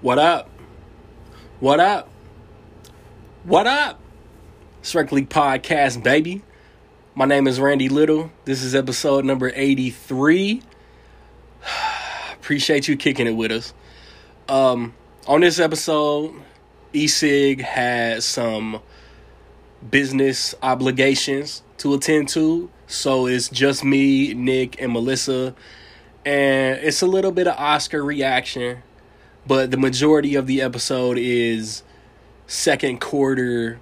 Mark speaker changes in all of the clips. Speaker 1: What up? What up? What up? Strike League Podcast, baby. My name is Randy Little. This is episode number 83. Appreciate you kicking it with us. Um, on this episode, ESIG had some business obligations to attend to. So it's just me, Nick, and Melissa. And it's a little bit of Oscar reaction but the majority of the episode is second quarter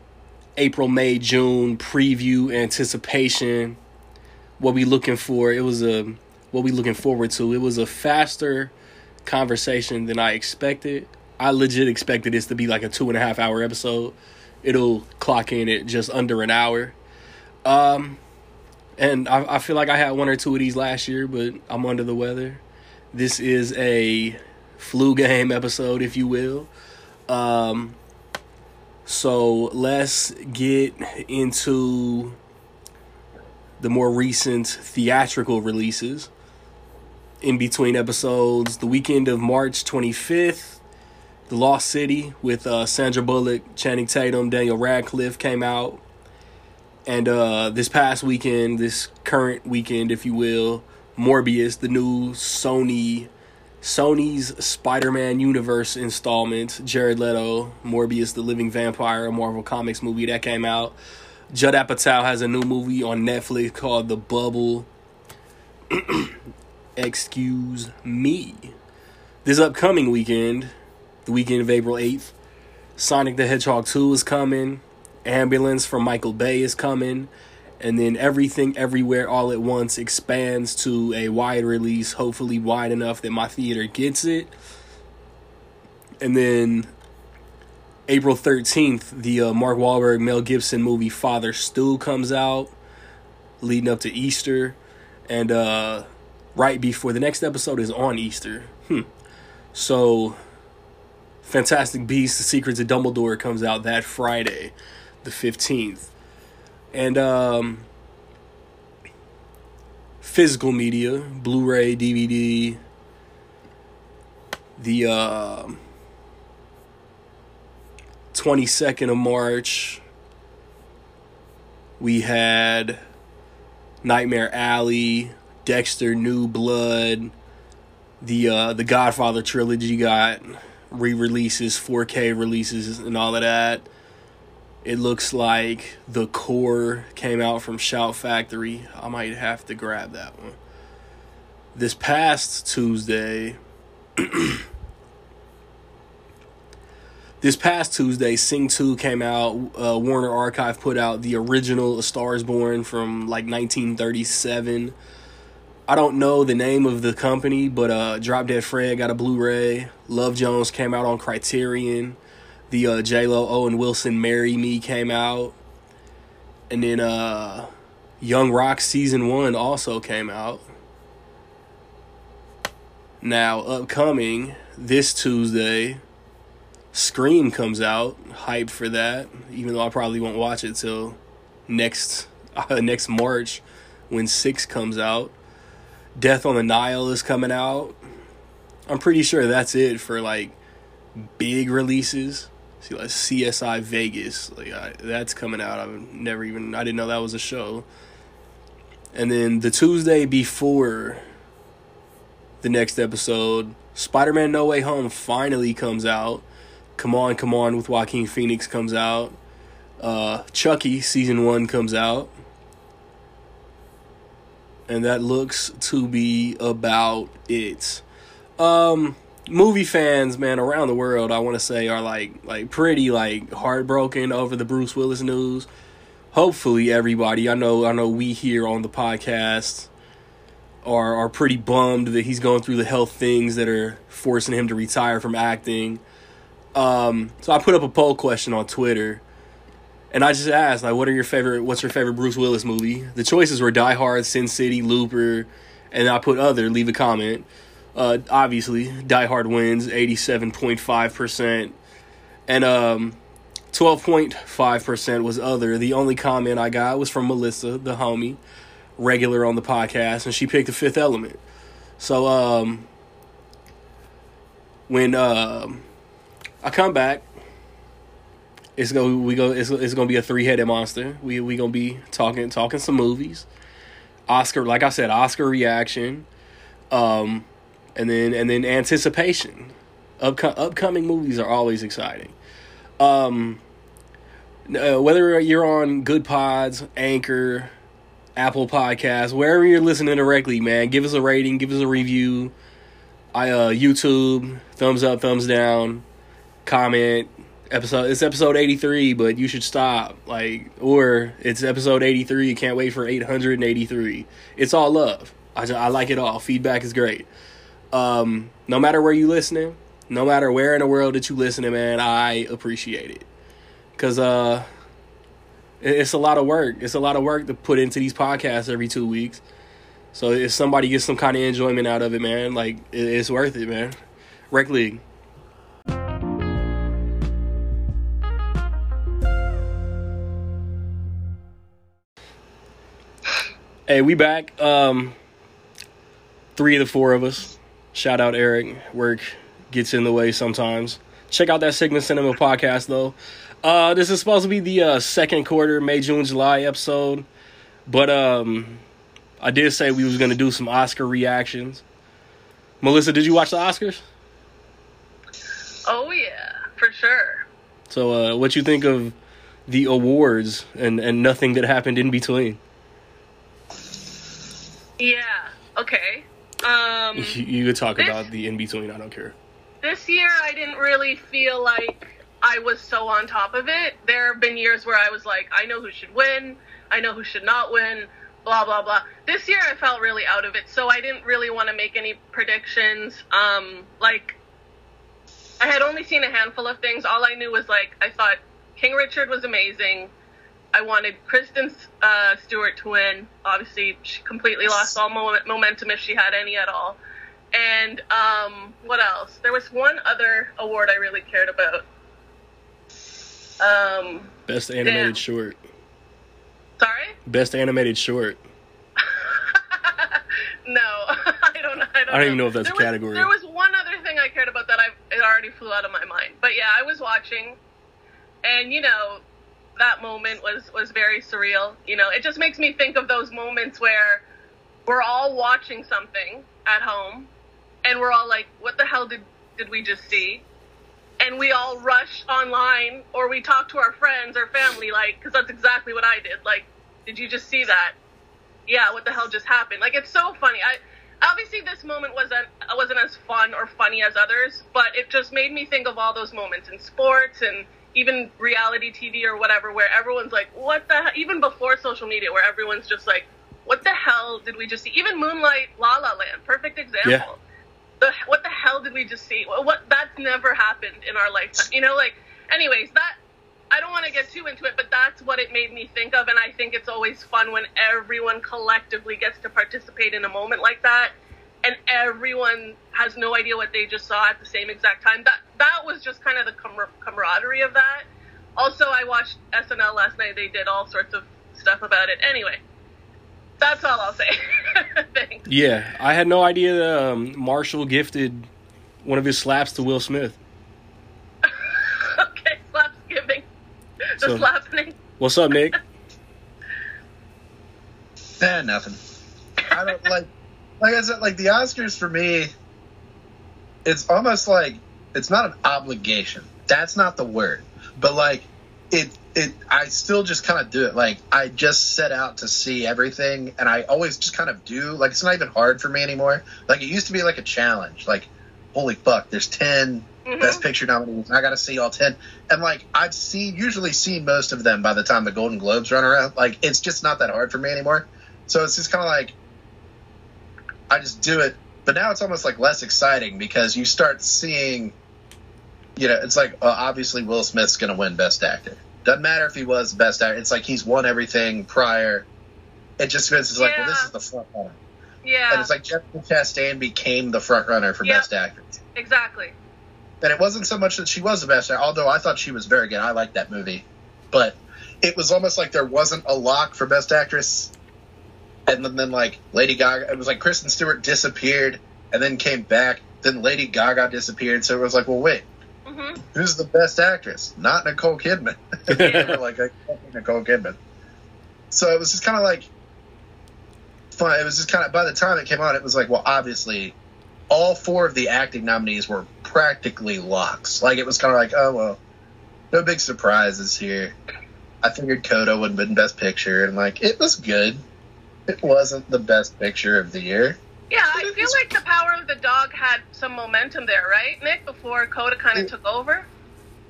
Speaker 1: april may june preview anticipation what we looking for it was a what we looking forward to it was a faster conversation than i expected i legit expected this to be like a two and a half hour episode it'll clock in at just under an hour um and I, I feel like i had one or two of these last year but i'm under the weather this is a flu game episode, if you will. Um, so let's get into the more recent theatrical releases. In between episodes, the weekend of March 25th, The Lost City with uh, Sandra Bullock, Channing Tatum, Daniel Radcliffe came out. And uh, this past weekend, this current weekend, if you will, Morbius, the new Sony Sony's Spider-Man universe installment, Jared Leto, Morbius the Living Vampire, a Marvel Comics movie that came out. Judd Apatow has a new movie on Netflix called The Bubble. Excuse me. This upcoming weekend, the weekend of April 8th, Sonic the Hedgehog 2 is coming, Ambulance from Michael Bay is coming, and then everything everywhere all at once expands to a wide release hopefully wide enough that my theater gets it and then April 13th the uh, Mark Wahlberg Mel Gibson movie Father Stew comes out leading up to Easter and uh right before the next episode is on Easter hmm so Fantastic Beasts The Secrets of Dumbledore comes out that Friday the 15th and um, physical media, Blu-ray, DVD, the uh, 22nd of March, we had Nightmare Alley, Dexter, New Blood, the uh, the Godfather trilogy got re-releases, 4K releases, and all of that. It looks like the core came out from Shout Factory. I might have to grab that one. This past Tuesday, this past Tuesday, Sing 2 came out. Uh, Warner Archive put out the original A Star is Born from like 1937. I don't know the name of the company, but uh, Drop Dead Fred got a Blu ray. Love Jones came out on Criterion the uh, J Lo Owen Wilson "Marry Me" came out, and then uh, Young Rock season one also came out. Now upcoming this Tuesday, Scream comes out. Hyped for that, even though I probably won't watch it till next uh, next March when six comes out. Death on the Nile is coming out. I'm pretty sure that's it for like big releases. See, like CSI Vegas, like I, that's coming out. I've never even I didn't know that was a show. And then the Tuesday before the next episode, Spider-Man: No Way Home finally comes out. Come on, come on with Joaquin Phoenix comes out. Uh, Chucky season one comes out, and that looks to be about it. Um movie fans, man, around the world, I want to say are like like pretty like heartbroken over the Bruce Willis news. Hopefully, everybody I know I know we here on the podcast are are pretty bummed that he's going through the health things that are forcing him to retire from acting. Um, so I put up a poll question on Twitter. And I just asked, like, what are your favorite? What's your favorite Bruce Willis movie? The choices were Die Hard, Sin City, Looper, and I put other. Leave a comment. Uh, obviously, Die Hard wins 87.5%. And um, 12.5% was other. The only comment I got was from Melissa, the homie, regular on the podcast, and she picked the fifth element. So um, when um, I come back. It's go we go it's it's gonna be a three headed monster. We we gonna be talking talking some movies. Oscar like I said, Oscar reaction. Um and then and then anticipation. Upco- upcoming movies are always exciting. Um uh, whether you're on Good Pods, Anchor, Apple Podcasts, wherever you're listening directly, man, give us a rating, give us a review. I uh YouTube, thumbs up, thumbs down, comment. Episode it's episode 83, but you should stop. Like or it's episode 83, can't wait for 883. It's all love. I ju- I like it all. Feedback is great. Um no matter where you listening, no matter where in the world that you listening, man, I appreciate it. Cuz uh it- it's a lot of work. It's a lot of work to put into these podcasts every 2 weeks. So if somebody gets some kind of enjoyment out of it, man, like it- it's worth it, man. Rec League. Hey, we back. Um, three of the four of us. Shout out Eric. Work gets in the way sometimes. Check out that Sigma Cinema podcast though. Uh, this is supposed to be the uh, second quarter, May, June, July episode, but um, I did say we was gonna do some Oscar reactions. Melissa, did you watch the Oscars?
Speaker 2: Oh yeah, for sure.
Speaker 1: So, uh, what you think of the awards and and nothing that happened in between?
Speaker 2: Yeah. Okay. Um,
Speaker 1: You, you could talk about the in between. I don't care.
Speaker 2: this year I didn't really feel like I was so on top of it. There have been years where I was like, I know who should win, I know who should not win, blah blah blah. This year I felt really out of it, so I didn't really want to make any predictions. Um, like I had only seen a handful of things. All I knew was like I thought King Richard was amazing. I wanted Kristen uh, Stewart to win. Obviously, she completely lost all mo- momentum if she had any at all. And um, what else? There was one other award I really cared about. Um,
Speaker 1: Best animated
Speaker 2: Damn.
Speaker 1: short.
Speaker 2: sorry?
Speaker 1: Best animated short.
Speaker 2: no, I don't. I don't,
Speaker 1: I don't even know if that's
Speaker 2: there
Speaker 1: a
Speaker 2: was-
Speaker 1: category.
Speaker 2: there was one other thing I cared about that I it already flew out of my mind. But yeah, I was watching, and you know, that moment was was very surreal. You know, it just makes me think of those moments where we're all watching something at home, and we're all like, "What the hell did did we just see?" And we all rush online, or we talk to our friends or family, like, because that's exactly what I did. Like, did you just see that? yeah, what the hell just happened? Like it's so funny. I obviously this moment wasn't wasn't as fun or funny as others, but it just made me think of all those moments in sports and even reality TV or whatever, where everyone's like, what the hell? even before social media, where everyone's just like, what the hell did we just see? Even Moonlight, La La Land, perfect example.
Speaker 1: Yeah.
Speaker 2: The, what the hell did we just see? What, what that's never happened in our lifetime. You know, like anyways, that I don't want to get too into it, but that's what it made me think of, and I think it's always fun when everyone collectively gets to participate in a moment like that, and everyone has no idea what they just saw at the same exact time. That that was just kind of the camar- camaraderie of that. Also, I watched SNL last night. They did all sorts of stuff about it. Anyway, that's all I'll say. Thanks.
Speaker 1: Yeah, I had no idea that um, Marshall gifted one of his slaps to Will Smith.
Speaker 2: okay, slaps giving, the
Speaker 1: So-
Speaker 2: slappening.
Speaker 1: What's up, Nick?
Speaker 3: Eh, nothing. I don't like, like I said, like the Oscars for me, it's almost like it's not an obligation. That's not the word, but like it, it. I still just kind of do it. Like I just set out to see everything, and I always just kind of do. Like it's not even hard for me anymore. Like it used to be like a challenge. Like holy fuck, there's 10
Speaker 2: Mhm.
Speaker 3: best picture nominees. and I got to see all ten, and like I've seen usually seen most of them by the time the Golden Globes run around. Like it's just not that hard for me anymore. So it's just kind of like I just do it. But now it's almost like less exciting because you start seeing, you know, it's like uh, obviously Will Smith's going to win Best Actor. Doesn't matter if he was Best Actor. It's like he's won everything prior. It just feels it's like, well, this
Speaker 2: Yeah.
Speaker 3: is the front runner,
Speaker 2: Yeah,
Speaker 3: and it's like Jessica Chastain became the front runner for
Speaker 2: Yeah.
Speaker 3: Best Actress.
Speaker 2: exactly.
Speaker 3: And it wasn't so much that she was the best, actor, although I thought she was very good. I liked that movie, but it was almost like there wasn't a lock for best actress. And then, then like Lady Gaga, it was like Kristen Stewart disappeared and then came back. Then Lady Gaga disappeared, so it was like, well, wait,
Speaker 2: hmm
Speaker 3: Who's the best actress? Not Nicole Kidman. They were like I can't think of Nicole Kidman. So it was just kind of like, fun. It was just kind of by the time it came out, it was like, well, obviously, all four of the acting nominees were practically locks. Like it was kind of like, oh well, no big surprises here. I figured Coda would have been Best Picture, and like it was good. It wasn't the best picture of the year.
Speaker 2: Yeah, I feel like the power of the dog had some momentum there, right, Nick? Before Coda kind of took over.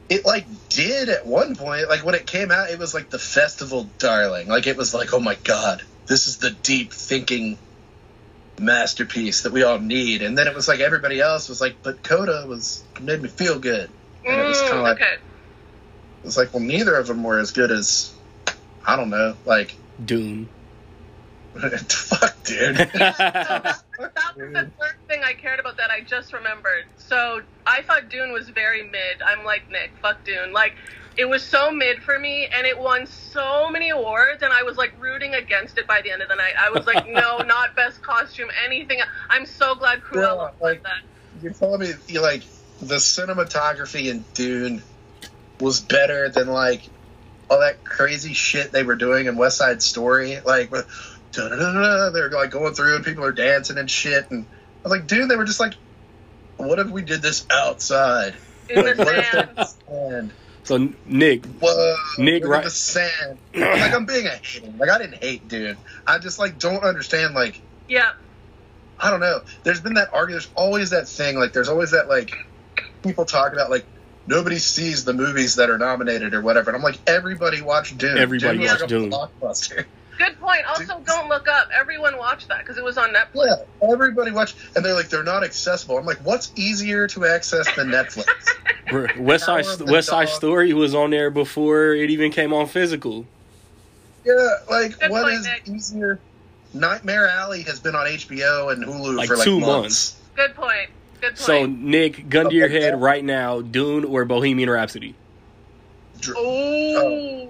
Speaker 3: it like did at one point like when it came out it was like the festival darling like it was like oh my god this is the deep thinking masterpiece that we all need and then it was like everybody else was like but coda was made me feel good And it was
Speaker 2: Mm,
Speaker 3: kinda like-
Speaker 2: okay.
Speaker 3: it was like well neither of them were as good as i don't know like
Speaker 1: Dune.
Speaker 3: fuck dude
Speaker 2: That was
Speaker 1: Mm.
Speaker 2: the third thing I cared about that I just remembered. So I thought Dune was very mid. I'm like Nick, fuck Dune. Like it was so mid for me, and it won so many awards, and I was like rooting against it by the end of the night. I was like, no, not best costume, anything. I'm so glad Cruella
Speaker 3: Yeah,
Speaker 2: won
Speaker 3: like-
Speaker 2: that.
Speaker 3: you're telling me you like the cinematography in dune was better than like all that crazy shit they were doing in West Side Story. Like, with- da-da-da-da, they're like going through and people are dancing and shit. And I was like, dude, they were just like, what if we did this outside?
Speaker 2: In the
Speaker 3: What if
Speaker 2: sand.
Speaker 3: the sand?
Speaker 1: so Nick,
Speaker 3: Whoa,
Speaker 1: Nick,
Speaker 3: look at
Speaker 1: right-
Speaker 3: the sand. like, I'm being a hater. Like, I didn't hate, dude. I just like don't understand. Like,
Speaker 2: Yeah.
Speaker 3: I don't know. There's been that argument. There's always that thing. Like, there's always that like people talk about like nobody sees the movies that are nominated or whatever. And I'm like, everybody watched Dune.
Speaker 1: Everybody
Speaker 3: Dune was
Speaker 1: watched
Speaker 3: like a
Speaker 1: Dune.
Speaker 3: blockbuster.
Speaker 2: Good point. Also, don't look up. Everyone watched that because it was on Netflix.
Speaker 3: Yeah, everybody watched, and they're like, they're not accessible. I'm like, what's easier to access than Netflix?
Speaker 1: br- West Side
Speaker 3: Power of the
Speaker 1: West Side
Speaker 3: Dog.
Speaker 1: Story was on there before it even came on physical.
Speaker 3: yeah, like
Speaker 2: Good
Speaker 3: what
Speaker 2: point,
Speaker 3: is
Speaker 2: Nick.
Speaker 3: easier? Nightmare Alley has been on HBO and Hulu
Speaker 1: Like
Speaker 3: for like
Speaker 1: two
Speaker 3: months.
Speaker 2: Good point. Good point.
Speaker 1: So Nick, gun to your
Speaker 3: Okay.
Speaker 1: head right now: Dune or Bohemian Rhapsody?
Speaker 3: Dr-
Speaker 2: oh.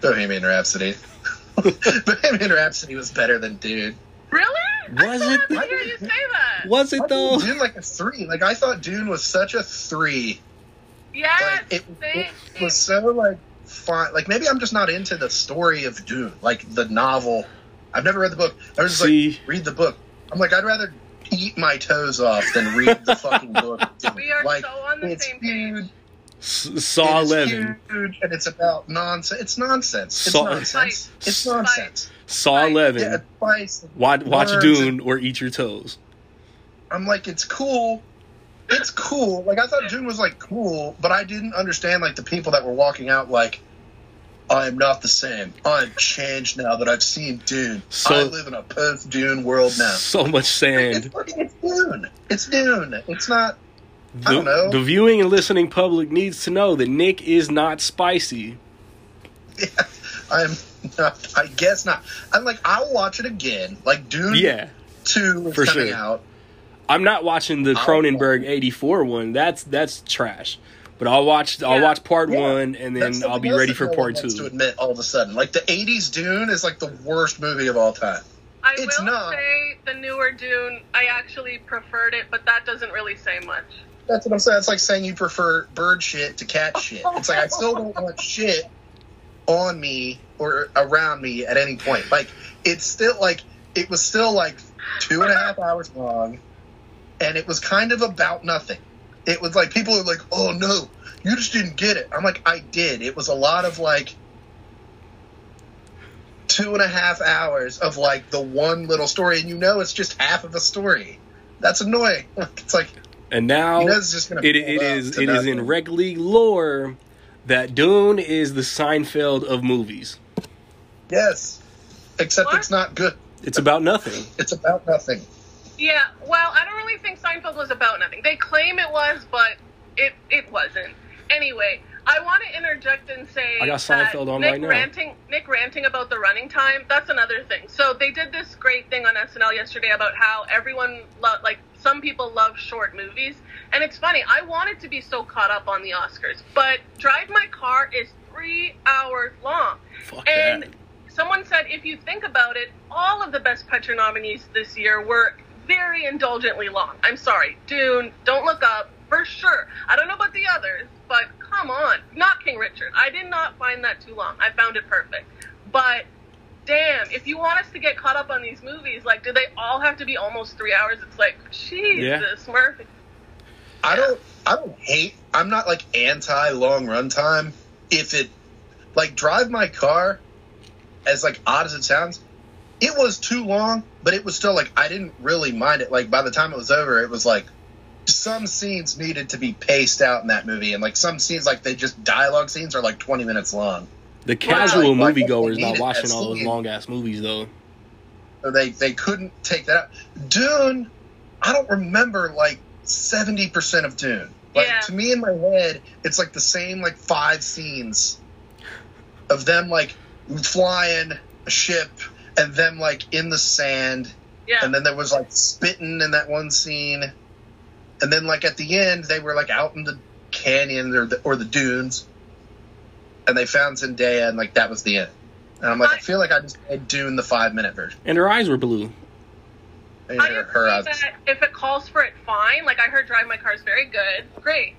Speaker 3: Bohemian Rhapsody. Bohemian Rhapsody was better than Dune.
Speaker 2: Really?
Speaker 1: Was
Speaker 2: I
Speaker 1: it-
Speaker 2: still have to hear you say that.
Speaker 1: Was it
Speaker 3: I
Speaker 1: though?
Speaker 3: thought Dune like a three. Like I thought Dune was such a three.
Speaker 2: Yes.
Speaker 3: Like it,
Speaker 2: see?
Speaker 3: it was so like fun. Like maybe I'm just not into the story of Dune, like the novel. I've never read the book. I was just
Speaker 1: See.
Speaker 3: like read the book. I'm like I'd rather eat my toes off than read the fucking book. of Dune.
Speaker 2: We are
Speaker 3: like,
Speaker 2: so on the
Speaker 3: it's
Speaker 2: same page.
Speaker 3: huge.
Speaker 1: S- Saw
Speaker 3: it is
Speaker 1: eleven.
Speaker 3: huge, and it's about nonsense. It's nonsense. It's
Speaker 1: Saw-
Speaker 3: nonsense. It's
Speaker 1: Fight.
Speaker 3: nonsense.
Speaker 1: Saw
Speaker 2: Right.
Speaker 1: eleven.
Speaker 3: Yeah, advice.
Speaker 1: Watch, watch
Speaker 3: Words.
Speaker 1: Dune or eat your toes.
Speaker 3: I'm like, it's cool. It's cool. Like I thought Dune was like cool, but I didn't understand like the people that were walking out like I am not the same. I'm changed now that I've seen Dune.
Speaker 1: So-
Speaker 3: I live in a post Dune world now.
Speaker 1: So much
Speaker 3: It's,
Speaker 1: sand.
Speaker 3: fucking- it's Dune. It's Dune. It's not I don't
Speaker 1: The,
Speaker 3: know.
Speaker 1: the viewing and listening public needs to know that Nick is not spicy.
Speaker 3: I'm not I guess not. I'm like, I'll watch it again. Like Dune
Speaker 1: Yeah.
Speaker 3: two is
Speaker 1: for
Speaker 3: coming
Speaker 1: sure.
Speaker 3: out.
Speaker 1: I'm not watching the
Speaker 3: I'll-
Speaker 1: Cronenberg '84 one. That's that's trash. But I'll watch I'll
Speaker 2: Yeah.
Speaker 1: watch part
Speaker 3: Yeah.
Speaker 1: one and
Speaker 3: That's
Speaker 1: then I'll
Speaker 3: something
Speaker 1: be
Speaker 3: else
Speaker 1: ready
Speaker 3: that
Speaker 1: for
Speaker 3: no one
Speaker 1: part
Speaker 3: wants To
Speaker 1: two.
Speaker 3: admit all of a sudden, like the '80s Dune is like the worst movie of all time.
Speaker 2: I
Speaker 3: It's
Speaker 2: will
Speaker 3: not.
Speaker 2: say the newer Dune, I actually preferred it, but that doesn't really say much.
Speaker 3: That's what I'm saying. It's like saying you prefer bird shit to cat shit. It's like I still don't want shit on me or around me at any point. Like it's still like it was still like two and a half hours long, and it was kind of about nothing. It was like people are like, "Oh no, you just didn't get it." I'm like, "I did." It was a lot of like two and a half hours of like the one little story, and you know it's just half of a story. That's annoying. It's like
Speaker 1: And now
Speaker 3: you know this is just gonna
Speaker 1: it,
Speaker 3: build
Speaker 1: it
Speaker 3: up
Speaker 1: is
Speaker 3: to
Speaker 1: it is
Speaker 3: nothing.
Speaker 1: in reg league lore that Dune is the Seinfeld of movies.
Speaker 3: yes except
Speaker 2: What?
Speaker 3: it's not good
Speaker 1: It's about nothing.
Speaker 3: it's about nothing
Speaker 2: Yeah, well, I don't really think Seinfeld was about nothing. They claim it was, but it it wasn't. Anyway, I want to interject and say
Speaker 1: I got
Speaker 2: that
Speaker 1: Seinfeld on
Speaker 2: Nick
Speaker 1: right now.
Speaker 2: ranting Nick ranting about the running time. That's another thing. So they did this great thing on SNL yesterday about how everyone lo- like some people love short movies, and it's funny. I wanted to be so caught up on the Oscars, but Drive My Car is three hours long.
Speaker 1: Fuck
Speaker 2: And
Speaker 1: that.
Speaker 2: someone said, if you think about it, all of the Best Picture nominees this year were very indulgently long. I'm sorry, Dune, Don't Look Up, for sure. I don't I did not find that too long. I found it perfect. But damn, if you want us to get caught up on these movies, like, do they all have to be almost three hours? It's like, Jesus, Murphy.
Speaker 3: I don't I don't hate I'm not like anti long run time if it like drive my car as like odd as it sounds it was too long but it was still like I didn't really mind it like by the time it was over it was like some scenes needed to be paced out in that movie and like some scenes like they just dialogue scenes are like 20 minutes long
Speaker 1: The casual
Speaker 3: Like,
Speaker 1: moviegoer is
Speaker 3: we
Speaker 1: not
Speaker 3: needed
Speaker 1: watching
Speaker 3: that
Speaker 1: all those
Speaker 3: scene.
Speaker 1: long ass movies though.
Speaker 3: So they they couldn't take that out Dune I don't remember like 70% of Dune like
Speaker 2: Yeah.
Speaker 3: to me in my head it's like the same like five scenes of them like flying a ship and them like in the sand
Speaker 2: Yeah.
Speaker 3: and then there was like spitting in that one scene and then like at the end they were like out in the canyon or the, or the dunes and they found Zendaya and like that was the end and I'm like I feel like I just played Dune the five minute version
Speaker 1: And her eyes were blue.
Speaker 3: And
Speaker 2: I
Speaker 3: her-
Speaker 2: agree
Speaker 3: her eyes-
Speaker 2: that if it calls for it, fine. Like I heard, Drive My Car is very good, great.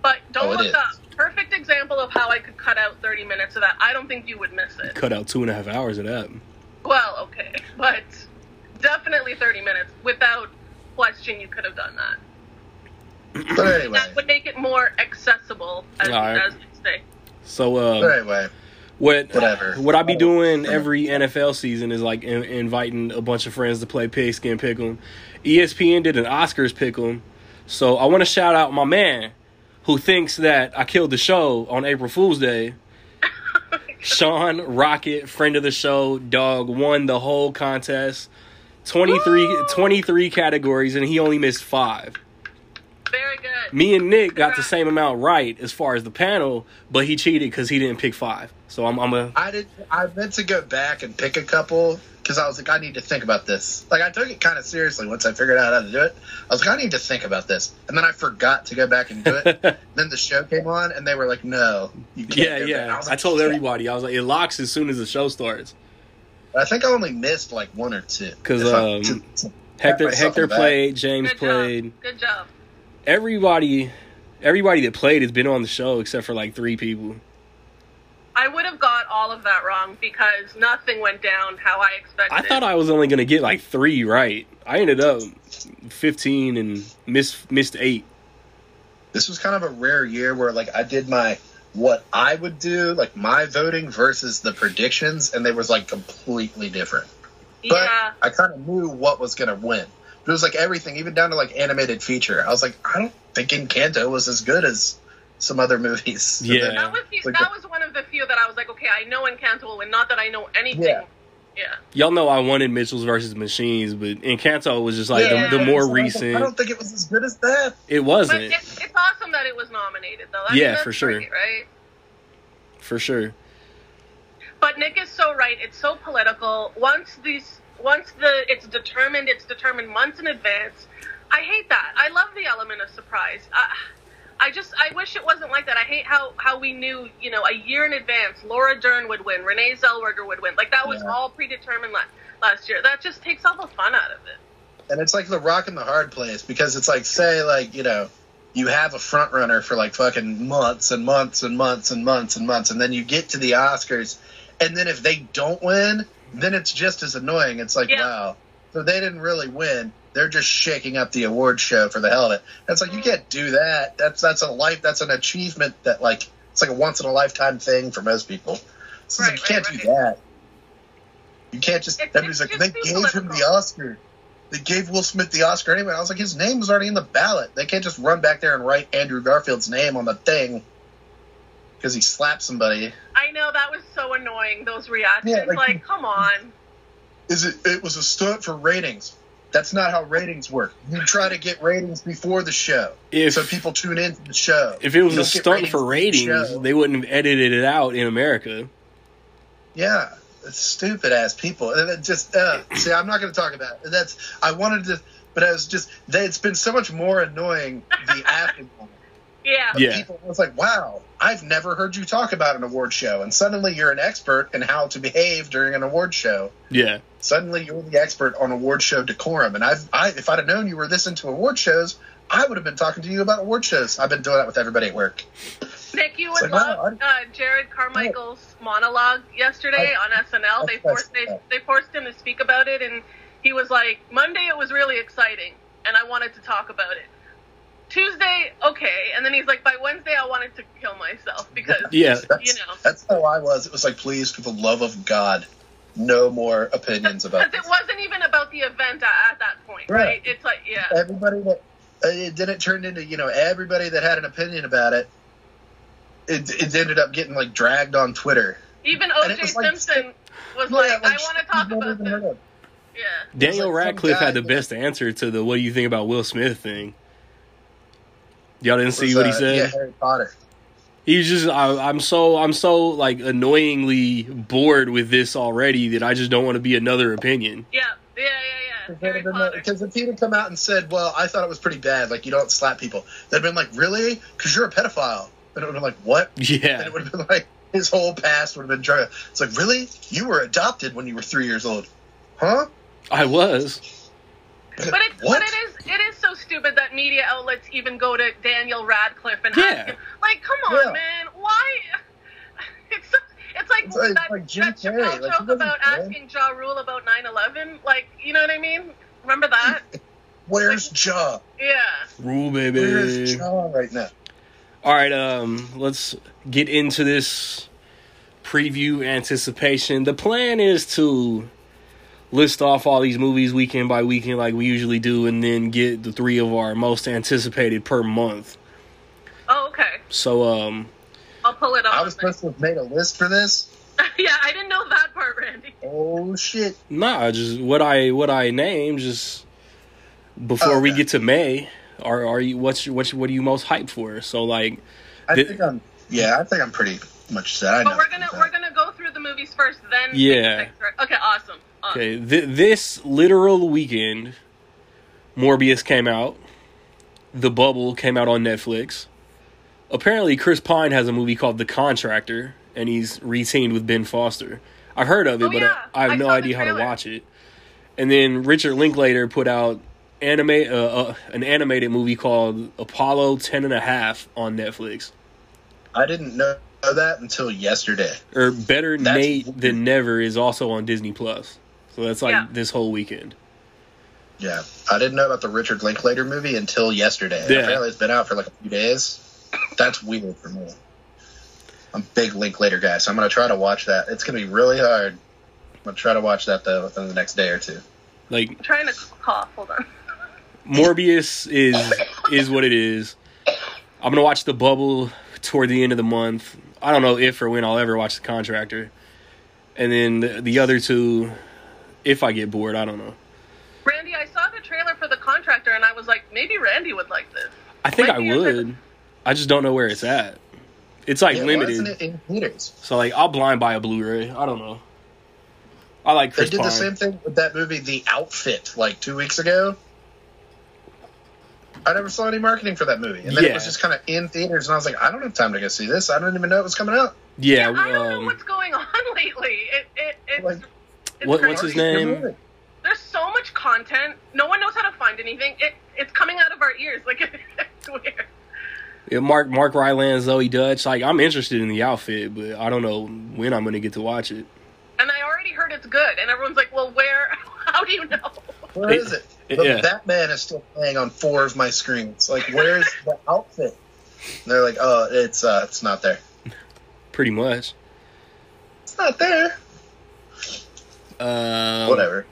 Speaker 2: But don't
Speaker 3: Oh, it
Speaker 2: look
Speaker 3: is.
Speaker 2: up. Perfect example of how I could cut out 30 minutes of that. I don't think you would miss it.
Speaker 1: Cut out two and a half hours of that.
Speaker 2: Well, okay, but definitely 30 minutes without question. You could have done that.
Speaker 3: but anyway
Speaker 2: That would make it more accessible, as,
Speaker 1: All right.
Speaker 2: as they say.
Speaker 1: So uh,
Speaker 3: but anyway
Speaker 1: what
Speaker 3: Whatever.
Speaker 1: what I be doing every NFL season is like in, inviting a bunch of friends to play pigskin pick'em. E ESPN did an Oscars pick'em, so I want to shout out my man who thinks that I killed the show on April Fool's Day. Sean Rocket, friend of the show, dog won the whole contest. 23, 23 categories and he only missed five.
Speaker 2: Very good.
Speaker 1: Me and Nick got the same amount right as far as the panel, but he cheated because he didn't pick five. So I'm, I'm a
Speaker 3: I did I meant to go back and pick a couple because I was like I need to think about this like I took it kind of seriously once I figured out how to do it I was like I need to think about this and then I forgot to go back and do it then the show came on and they were like no you can't
Speaker 1: Yeah,
Speaker 3: do that.
Speaker 1: yeah.
Speaker 3: was
Speaker 1: I
Speaker 3: like,
Speaker 1: told
Speaker 3: "Shit."
Speaker 1: everybody. I was like, it locks as soon as the show starts.
Speaker 3: I think I only missed like one or two.
Speaker 1: 'Cause,
Speaker 3: If I-
Speaker 1: um,
Speaker 3: t- t-
Speaker 1: Hector,
Speaker 3: myself
Speaker 1: Hector
Speaker 3: on that.
Speaker 1: played. James
Speaker 2: Good
Speaker 1: played.
Speaker 2: job. Good job.
Speaker 1: Everybody, everybody that played has been on the show except for like three people.
Speaker 2: I would have got all of that wrong because nothing went down how I expected.
Speaker 1: I thought I was only gonna get like three right. I ended up fifteen and missed missed eight.
Speaker 3: this was kind of a rare year where like I did my what I would do, like my voting versus the predictions, and they was like completely different. But
Speaker 2: yeah.
Speaker 3: I kind of knew what was gonna win. But it was like everything, even down to like animated feature. I was like, I don't think Encanto was as good as some other movies. And
Speaker 1: Yeah.
Speaker 3: then-
Speaker 2: That was the,
Speaker 3: Like
Speaker 2: that was one of the few that I was like, okay, I know Encanto will win. Not that I know anything.
Speaker 3: Yeah.
Speaker 2: Yeah.
Speaker 1: Y'all know I wanted Mitchell's versus Machines, but Encanto was just like
Speaker 3: Yeah,
Speaker 1: the, the
Speaker 3: I
Speaker 1: more
Speaker 3: was like, I
Speaker 1: recent.
Speaker 3: don't think it was as good as that.
Speaker 1: It
Speaker 2: But
Speaker 1: wasn't
Speaker 2: it, it's awesome that it was nominated, though. I
Speaker 1: Yeah,
Speaker 2: mean, that's
Speaker 1: for sure.
Speaker 2: great, right?
Speaker 1: for sure.
Speaker 2: But Nick is so right. It's so political. Once these, once the it's determined, it's determined months in advance. I hate that. I love the element of surprise. I, I just I wish it wasn't like that. I hate how how we knew you know a year in advance Laura Dern would win, Renee Zellweger would win. Like that was
Speaker 3: Yeah.
Speaker 2: all predetermined last last year. That just takes all the fun out of it.
Speaker 3: and it's like the rock and the hard place because it's like say like you know you have a front runner for like fucking months and months and months and months and months and then you get to the oscars and then if they don't win then it's just as annoying it's like
Speaker 2: Yeah.
Speaker 3: wow so they didn't really win they're just shaking up the award show for the hell of it and it's like you can't do that that's that's a life that's an achievement that like it's like a once in a lifetime thing for most people so
Speaker 2: Right,
Speaker 3: it's like, you can't
Speaker 2: right,
Speaker 3: do that you can't just
Speaker 2: It's-
Speaker 3: everybody's
Speaker 2: it's
Speaker 3: like they
Speaker 2: just too
Speaker 3: gave him the
Speaker 2: political.
Speaker 3: oscar they gave Will Smith the Oscar anyway. I was like, his name was already in the ballot. They can't just run back there and write Andrew Garfield's name on the thing because he slapped somebody.
Speaker 2: I know that was so annoying. Those reactions,
Speaker 3: Yeah, like-
Speaker 2: like, come on.
Speaker 3: Is it? It was a stunt for ratings. That's not how ratings work. You try to get ratings before the show,
Speaker 1: If
Speaker 3: so people tune in to the show.
Speaker 1: if it was
Speaker 3: You
Speaker 1: a
Speaker 3: don't get
Speaker 1: stunt for
Speaker 3: ratings from the
Speaker 1: ratings,
Speaker 3: show.
Speaker 1: they wouldn't have edited it out in America.
Speaker 3: Yeah, stupid ass people. And it just uh, see, I'm not going to talk about it. That's I wanted to, but I was just. They, it's been so much more annoying the aftermath.
Speaker 2: Yeah.
Speaker 1: Yeah.
Speaker 3: people I was like, "Wow, I've never heard you talk about an award show," and suddenly you're an expert in how to behave during an award show.
Speaker 1: Yeah.
Speaker 3: Suddenly you're the expert on award show decorum, and I've, I, if I'd have known you were this into award shows, I would have been talking to you about award shows. I've been doing that with everybody at work.
Speaker 2: Nick, you would
Speaker 3: It's like,
Speaker 2: love
Speaker 3: wow,
Speaker 2: uh, Jared Carmichael's monologue yesterday on SNL. They
Speaker 3: I- I
Speaker 2: forced
Speaker 3: saw
Speaker 2: they,
Speaker 3: that.
Speaker 2: they forced him to speak about it, and he was like, Monday it was really exciting, and I wanted to talk about it. Tuesday, okay, and then he's like, by Wednesday I wanted to kill myself because
Speaker 1: Yeah.
Speaker 2: you know
Speaker 3: That's how I was. It was like, please, for the love of God, no more opinions about
Speaker 2: because
Speaker 3: this.
Speaker 2: it wasn't even about the event at, at that point, right.
Speaker 3: Right.
Speaker 2: It's like yeah,
Speaker 3: Everybody that uh, it didn't turn into, you know, everybody that had an opinion about it. It, it ended up getting like dragged on Twitter.
Speaker 2: even
Speaker 3: And it
Speaker 2: O.J.
Speaker 3: was like-
Speaker 2: Simpson was
Speaker 3: Yeah,
Speaker 2: like, I
Speaker 3: like,
Speaker 2: want to
Speaker 3: shit
Speaker 2: talk
Speaker 3: you've never
Speaker 2: about
Speaker 3: even heard
Speaker 2: this.
Speaker 3: of.
Speaker 2: Yeah,
Speaker 1: Daniel
Speaker 3: like some
Speaker 1: Radcliffe
Speaker 3: guy
Speaker 1: had the
Speaker 3: that-
Speaker 1: best answer to the "What do you think about Will Smith?" thing. Y'all didn't see
Speaker 3: Was,
Speaker 1: what he
Speaker 3: uh,
Speaker 1: said.
Speaker 3: Yeah, Harry Potter.
Speaker 1: He was just, I, I'm so, I'm so like annoyingly bored with this already that I just don't want to be another opinion.
Speaker 2: yeah, yeah, yeah, yeah. Harry Potter.
Speaker 3: Because if he'd have come out and said, "Well, I thought it was pretty bad," like you don't slap people, they'd been like, "Really? Because you're a pedophile." And it would have been like, "What?" And
Speaker 1: Yeah,
Speaker 3: it would have been like his whole past would have been drug. It's like, "Really? You were adopted when you were three years old, huh?"
Speaker 1: I was.
Speaker 2: But it's
Speaker 3: What?
Speaker 2: but it is it is so stupid that media outlets even go to Daniel Radcliffe and ask
Speaker 1: Yeah.
Speaker 2: him like, come on,
Speaker 3: Yeah.
Speaker 2: man, why? It's so, it's like
Speaker 3: It's like-
Speaker 2: that,
Speaker 3: like Jim
Speaker 2: that Chappelle
Speaker 3: Carrey, like, he
Speaker 2: joke
Speaker 3: doesn't
Speaker 2: about
Speaker 3: care.
Speaker 2: asking Ja Rule about 9/11. Like, you know what I mean? Remember that?
Speaker 3: Where's Jaw?
Speaker 2: yeah.
Speaker 1: Rule
Speaker 3: Where's
Speaker 1: baby.
Speaker 3: Jaw right now?
Speaker 1: All right, um, let's get into this preview anticipation. The plan is to list off all these movies weekend by weekend, like we usually do, and then get the three of our most anticipated per month.
Speaker 2: Oh, okay.
Speaker 1: So, um,
Speaker 2: I'll pull it off.
Speaker 3: I was supposed to have made a list for this.
Speaker 2: yeah, I didn't know that part, Randy.
Speaker 3: Oh shit!
Speaker 1: Nah, just what I what I named just before we
Speaker 3: Okay.
Speaker 1: get to May. Are are you what's your, what's your- what are you most hyped for? So like
Speaker 3: I
Speaker 1: Did-
Speaker 3: think I'm. Yeah, I think I'm pretty much set. I know.
Speaker 2: But we're gonna we're gonna go through the movies first, then
Speaker 1: Yeah.
Speaker 2: pick the next- Okay, awesome. awesome.
Speaker 1: okay, th- this literal weekend, Morbius came out. The Bubble came out on Netflix. Apparently, Chris Pine has a movie called The Contractor, and he's reteamed with Ben Foster. I've heard of it,
Speaker 2: Oh,
Speaker 1: but
Speaker 2: yeah.
Speaker 1: I, I have
Speaker 2: I
Speaker 1: no
Speaker 2: saw the
Speaker 1: idea how to
Speaker 2: trailer.
Speaker 1: watch it. And then Richard Linklater put out anime uh, uh, an animated movie called Apollo 10 and a half on Netflix.
Speaker 3: I didn't know that until yesterday.
Speaker 1: Or Better
Speaker 3: That's-
Speaker 1: Nate Than Never is also on Disney Plus. So that's like
Speaker 2: Yeah.
Speaker 1: this whole weekend.
Speaker 3: Yeah, I didn't know about the Richard Linklater movie until yesterday.
Speaker 1: Yeah.
Speaker 3: Apparently, it's been out for like a few days. That's weird for me. I'm a big Linklater guy, so I'm gonna try to watch that. It's gonna be really hard. I'm gonna try to watch that though within the next day or two.
Speaker 1: Like
Speaker 2: I'm trying to cough. Hold on.
Speaker 1: Morbius is is what it is. I'm gonna watch The Bubble toward the end of the month. I don't know if or when I'll ever watch The Contractor, and then the, the other two, if I get bored, I don't know.
Speaker 2: Randy, I saw the trailer for The Contractor, and I was like, maybe Randy would like this.
Speaker 1: I think
Speaker 2: Might
Speaker 1: I
Speaker 2: be under the-
Speaker 1: would. I just don't know where it's at. It's like
Speaker 3: Yeah, why isn't
Speaker 1: limited,
Speaker 3: it in theaters?
Speaker 1: so like I'll blind buy a Blu-ray. I don't know. I like
Speaker 3: They
Speaker 1: Chris
Speaker 3: did
Speaker 1: Pine.
Speaker 3: the same thing with that movie, The Outfit, like two weeks ago. I never saw any marketing for that movie, and then
Speaker 1: Yeah.
Speaker 3: it was just kind of in theaters, and I was like, I don't have time to go see this. I don't even know it was coming out.
Speaker 1: Yeah,
Speaker 2: I don't know
Speaker 1: um,
Speaker 2: what's going on lately. It, it, it's,
Speaker 3: Like,
Speaker 2: it's
Speaker 1: what-
Speaker 2: crazy.
Speaker 1: what's his
Speaker 3: It's a good
Speaker 1: name?
Speaker 3: movie.
Speaker 2: There's so much content. No one knows how to find anything. It, it's coming out of our ears. Like, it's weird.
Speaker 1: yeah, Mark Mark Ryland, Zoe Dutch. Like I'm interested in the outfit, but I don't know when I'm gonna get to watch it.
Speaker 2: And I already heard it's good, and everyone's like, well, where? How do you know?
Speaker 3: Where is it?
Speaker 1: It-
Speaker 3: But
Speaker 1: yeah.
Speaker 3: Batman is still playing on four of my screens. Like, where's the outfit? And they're like, oh, it's uh, it's not there.
Speaker 1: Pretty much.
Speaker 3: It's not there.
Speaker 1: Um,
Speaker 3: Whatever.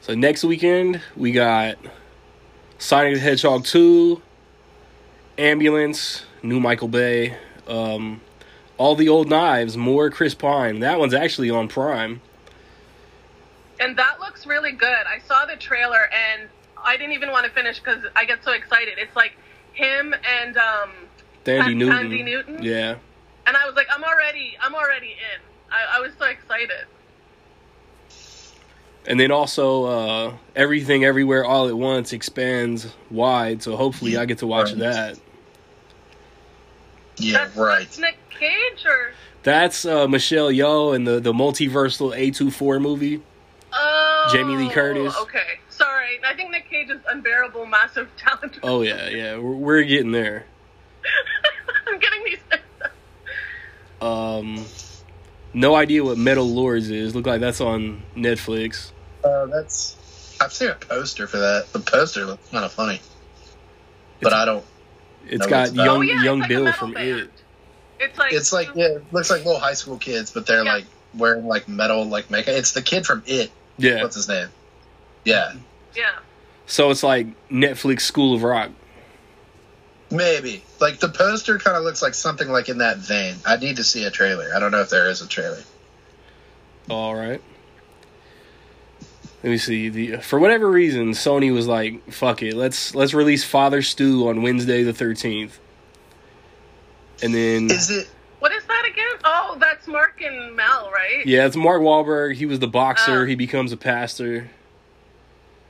Speaker 1: So next weekend we got Sonic the Hedgehog two, Ambulance, new Michael Bay, um, all the old knives, more Chris Pine. That one's actually on Prime.
Speaker 2: And that looks really good. I saw the trailer, and I didn't even want to finish because I get so excited. It's like him and, um,
Speaker 1: Dandy
Speaker 2: Tan-
Speaker 1: Newton.
Speaker 2: Tandy Newton?
Speaker 1: Yeah.
Speaker 2: and I was like, I'm already, I'm already in. I, I was so excited.
Speaker 1: And then also uh, everything everywhere all at once expands wide, so hopefully I get to watch
Speaker 3: Right.
Speaker 1: that.
Speaker 3: Yeah,
Speaker 2: that's,
Speaker 3: right.
Speaker 2: That's Nick Cage or
Speaker 1: That's uh, Michelle Yeoh and the the multiversal A24 movie.
Speaker 2: oh,
Speaker 1: Jamie Lee Curtis.
Speaker 2: Okay, sorry. I think Nick Cage is unbearable, massive talent.
Speaker 1: Oh yeah, yeah, we're, we're getting there. Um, no idea what Metal Lords is. Look like that's on Netflix.
Speaker 3: Uh, that's I've seen a poster for that. The poster looks kind of funny, but I don't.
Speaker 1: It's
Speaker 3: No,
Speaker 1: got
Speaker 3: it's not.
Speaker 1: young
Speaker 2: Oh, yeah, it's
Speaker 1: young
Speaker 2: like a
Speaker 1: Bill
Speaker 2: metal
Speaker 1: from
Speaker 2: band.
Speaker 1: it.
Speaker 2: It's like um,
Speaker 3: It's like yeah, it looks like little high school kids, but they're
Speaker 2: Yeah.
Speaker 3: like wearing like metal like makeup. It's the kid from It.
Speaker 1: Yeah.
Speaker 3: What's his name? Yeah,
Speaker 2: yeah.
Speaker 1: So it's like Netflix School of Rock.
Speaker 3: maybe. Like the poster kind of looks like something like in that vein. I need to see a trailer. I don't know if there is a trailer.
Speaker 1: All right. Let me see. The for whatever reason, Sony was like, "Fuck it, let's let's release Father Stew on Wednesday the thirteenth, and then
Speaker 3: Is it?
Speaker 2: What is that again? Oh, that's Mark and Mel, right?
Speaker 1: yeah, it's Mark Wahlberg. He was the boxer.
Speaker 2: Oh.
Speaker 1: He becomes a pastor.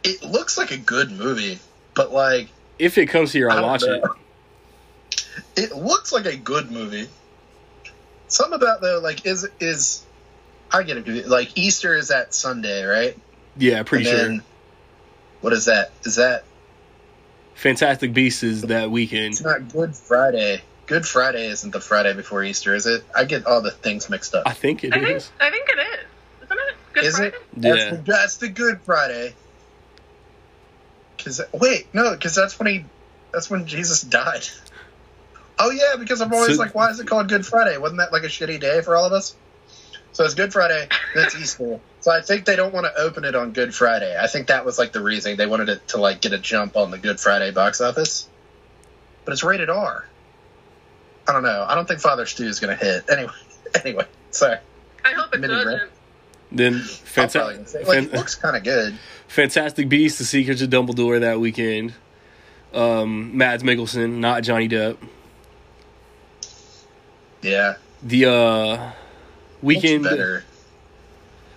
Speaker 3: It looks like a good movie, but like
Speaker 1: If it comes here,
Speaker 3: I
Speaker 1: I'll
Speaker 3: don't
Speaker 1: watch
Speaker 3: know.
Speaker 1: it.
Speaker 3: It looks like a good movie. Some about though, like is is I get it. Like Easter is that Sunday, right?
Speaker 1: Yeah, pretty
Speaker 3: And
Speaker 1: sure.
Speaker 3: then- What is that? Is that
Speaker 1: Fantastic Beasts is that
Speaker 3: it's
Speaker 1: weekend.
Speaker 3: not Good Friday? Good Friday isn't the Friday before Easter, is it? I get all the things mixed up.
Speaker 1: I think it
Speaker 2: I think
Speaker 1: is.
Speaker 2: I think it is. Isn't it? Good
Speaker 3: Is
Speaker 2: Friday?
Speaker 3: it? Mm-hmm. That's,
Speaker 1: Yeah.
Speaker 3: the, that's the Good Friday. Cause wait, no, because that's when he, that's when Jesus died. Oh yeah, because I'm always
Speaker 1: So-
Speaker 3: like, why is it called Good Friday? Wasn't that like a shitty day for all of us? So it's Good Friday. That's Easter. So I think they don't want to open it on Good Friday. I think that was like the reason they wanted it to like get a jump on the Good Friday box office. But it's rated R. I don't know. I don't think Father Stew is gonna hit. Anyway, anyway, sorry.
Speaker 2: I hope it
Speaker 3: Minute, right?
Speaker 2: doesn't.
Speaker 1: Then
Speaker 3: I'm probably gonna say-
Speaker 1: Fanta-
Speaker 3: like, it
Speaker 1: Fan-
Speaker 3: looks kind of good.
Speaker 1: Fantastic Beasts, The Secrets of Dumbledore that weekend. Um, Mads Mikkelsen, not Johnny Depp.
Speaker 3: Yeah.
Speaker 1: The uh,
Speaker 3: Looks
Speaker 1: weekend,
Speaker 3: better.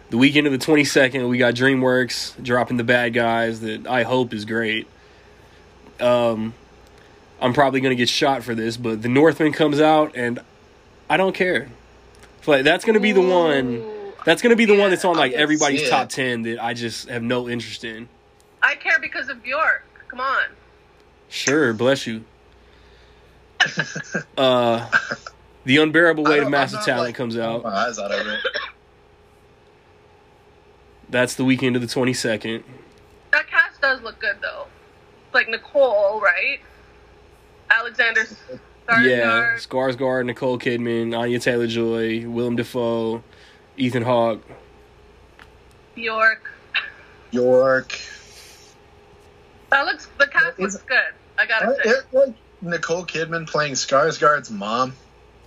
Speaker 1: the weekend of the twenty second, we got DreamWorks dropping the bad guys that I hope is great. Um, I'm probably gonna get shot for this, but The Northman comes out, and I don't care. It's Like that's gonna be the one.
Speaker 2: Ooh.
Speaker 1: That's gonna be the one that's on
Speaker 3: I
Speaker 1: like
Speaker 3: wanna see
Speaker 1: everybody's
Speaker 3: it.
Speaker 1: top ten that I just have no interest in.
Speaker 2: I care because of Bjork. Come on.
Speaker 1: Sure, bless you. uh, the unbearable
Speaker 3: I
Speaker 1: weight
Speaker 3: don't-
Speaker 1: of
Speaker 3: I'm
Speaker 1: massive
Speaker 3: not,
Speaker 1: talent
Speaker 3: like, uh,
Speaker 1: comes
Speaker 3: My
Speaker 1: out.
Speaker 3: eyes out over it.
Speaker 1: That's the weekend of the twenty second.
Speaker 2: That cast does look good though. Like Nicole, right? Alexander Skarsgård.
Speaker 1: Yeah, Skarsgård, Nicole Kidman, Anya Taylor Joy, Willem Dafoe, Ethan Hawke.
Speaker 2: Bjork.
Speaker 3: York.
Speaker 2: That looks. The cast
Speaker 3: Well, is- Oh,
Speaker 2: looks good. I gotta
Speaker 3: Aren't
Speaker 2: say.
Speaker 3: there, like, Nicole Kidman playing Skarsgård's mom.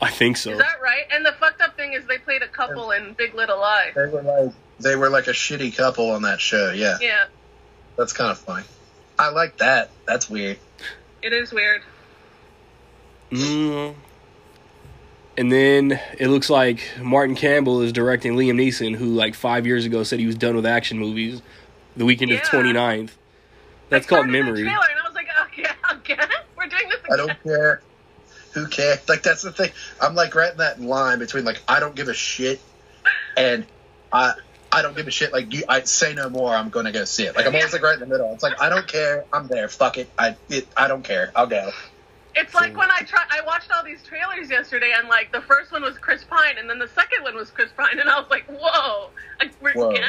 Speaker 1: I think so.
Speaker 2: Is that right? And the fucked up thing is they played a couple in Big Little Lies.
Speaker 3: They were like they were like a shitty couple on that show. Yeah,
Speaker 2: Yeah,
Speaker 3: that's kind of funny. I like that. That's weird.
Speaker 2: it is weird.
Speaker 1: Mm. And then it looks like Martin Campbell is directing Liam Neeson, who like five years ago said he was done with action movies. The weekend of
Speaker 2: Yeah.
Speaker 1: 29th. That's
Speaker 2: I
Speaker 1: called
Speaker 2: started the
Speaker 1: Memory.
Speaker 2: Trailer and I was like, okay, again, we're doing this
Speaker 3: I
Speaker 2: again.
Speaker 3: don't care. Who cares? Like that's the thing. I'm like right in that line between like I don't give a shit and I I don't give a shit. Like you, I say no more. I'm gonna go see it. Like I'm always like right in the middle. It's like I don't care. I'm there. Fuck it. I it, I don't care. I'll go.
Speaker 2: It's like when I try. I watched all these trailers yesterday, and like the first one was Chris Pine, and then the second one was Chris Pine, and I was like, whoa, like, we're
Speaker 3: Whoa.
Speaker 2: again.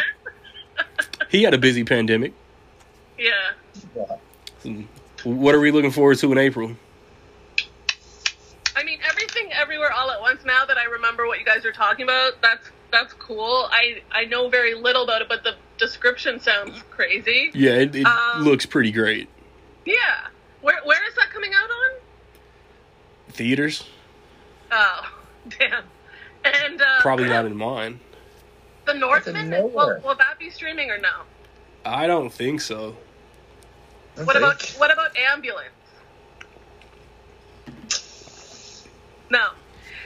Speaker 1: He had a busy pandemic.
Speaker 2: Yeah.
Speaker 3: Yeah.
Speaker 1: What are we looking forward to in April?
Speaker 2: I mean, everything, everywhere, all at once. Now that I remember what you guys are talking about, that's that's cool. I I know very little about it, but the description sounds crazy.
Speaker 1: Yeah, it, it
Speaker 2: Um,
Speaker 1: looks pretty great.
Speaker 2: Yeah. Where where is that coming out on?
Speaker 1: Theaters?
Speaker 2: Oh, damn. And uh,
Speaker 1: Probably not in mine.
Speaker 2: the Northman.
Speaker 3: nowhere.
Speaker 2: Will, will that be streaming or no?
Speaker 1: I don't think so.
Speaker 2: What
Speaker 3: Okay.
Speaker 2: about what about ambulance? No.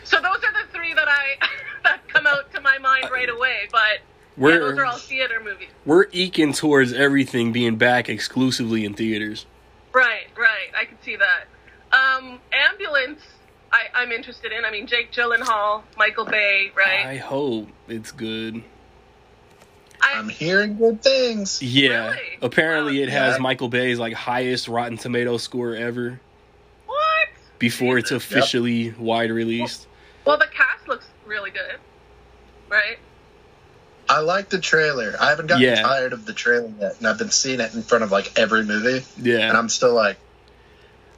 Speaker 2: So those are the three that I that come out to my mind right away. But yeah,
Speaker 1: We're
Speaker 2: those are all theater movies.
Speaker 1: we're eking towards everything being back exclusively in theaters.
Speaker 2: Right, right. I can see that. Um, ambulance. I, I'm interested in. I mean, Jake Gyllenhaal, Michael Bay,
Speaker 1: I
Speaker 2: right?
Speaker 1: hope it's good.
Speaker 2: I,
Speaker 3: I'm hearing good things.
Speaker 1: Yeah.
Speaker 2: Really?
Speaker 1: Apparently
Speaker 2: Wow.
Speaker 1: it has
Speaker 3: Yeah.
Speaker 1: Michael Bay's like highest Rotten Tomato score ever
Speaker 2: what?
Speaker 1: before it's
Speaker 2: Jesus.
Speaker 1: officially wide released.
Speaker 2: Well, the cast looks really good, right?
Speaker 3: I like the trailer. I haven't gotten
Speaker 1: Yeah.
Speaker 3: tired of the trailer yet, and I've been seeing it in front of like every movie,
Speaker 1: Yeah.
Speaker 3: and I'm still like,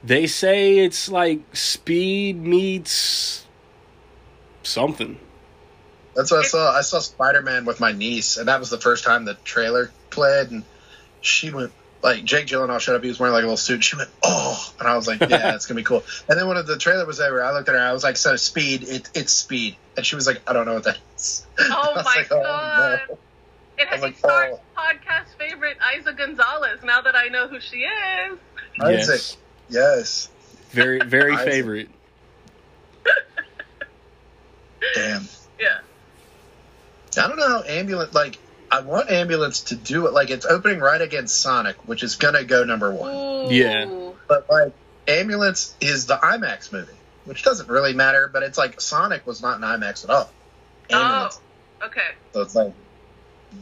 Speaker 1: They say it's like speed meets something.
Speaker 3: that's what I saw. I saw Spider Man with my niece, and that was the first time the trailer played, and she went like Jake Gyllenhaal showed up. He was wearing like a little suit. She went, oh, and I was like, yeah, that's gonna be cool. And then when the trailer was over, I looked at her. I was like, so speed, it, it's speed, and she was like, I don't know what that is. I
Speaker 2: Oh
Speaker 3: was
Speaker 2: my
Speaker 3: like, oh,
Speaker 2: god!
Speaker 3: no.
Speaker 2: It
Speaker 3: I'm
Speaker 2: has
Speaker 3: like,
Speaker 2: a stars
Speaker 3: oh.
Speaker 2: podcast favorite Isa Gonzalez. Now that I know who she is,
Speaker 3: I was
Speaker 1: yes.
Speaker 3: Yes,
Speaker 1: Very very
Speaker 3: Isaac.
Speaker 1: favorite.
Speaker 3: damn.
Speaker 2: yeah,
Speaker 3: I don't know how ambulance like I want ambulance to do it. Like it's opening right against Sonic, which is gonna go number one.
Speaker 2: Ooh.
Speaker 1: Yeah.
Speaker 3: But like ambulance is the IMAX movie, which doesn't really matter. But it's like Sonic was not an IMAX at all.
Speaker 2: Oh,
Speaker 3: Ambulance,
Speaker 2: okay.
Speaker 3: so it's like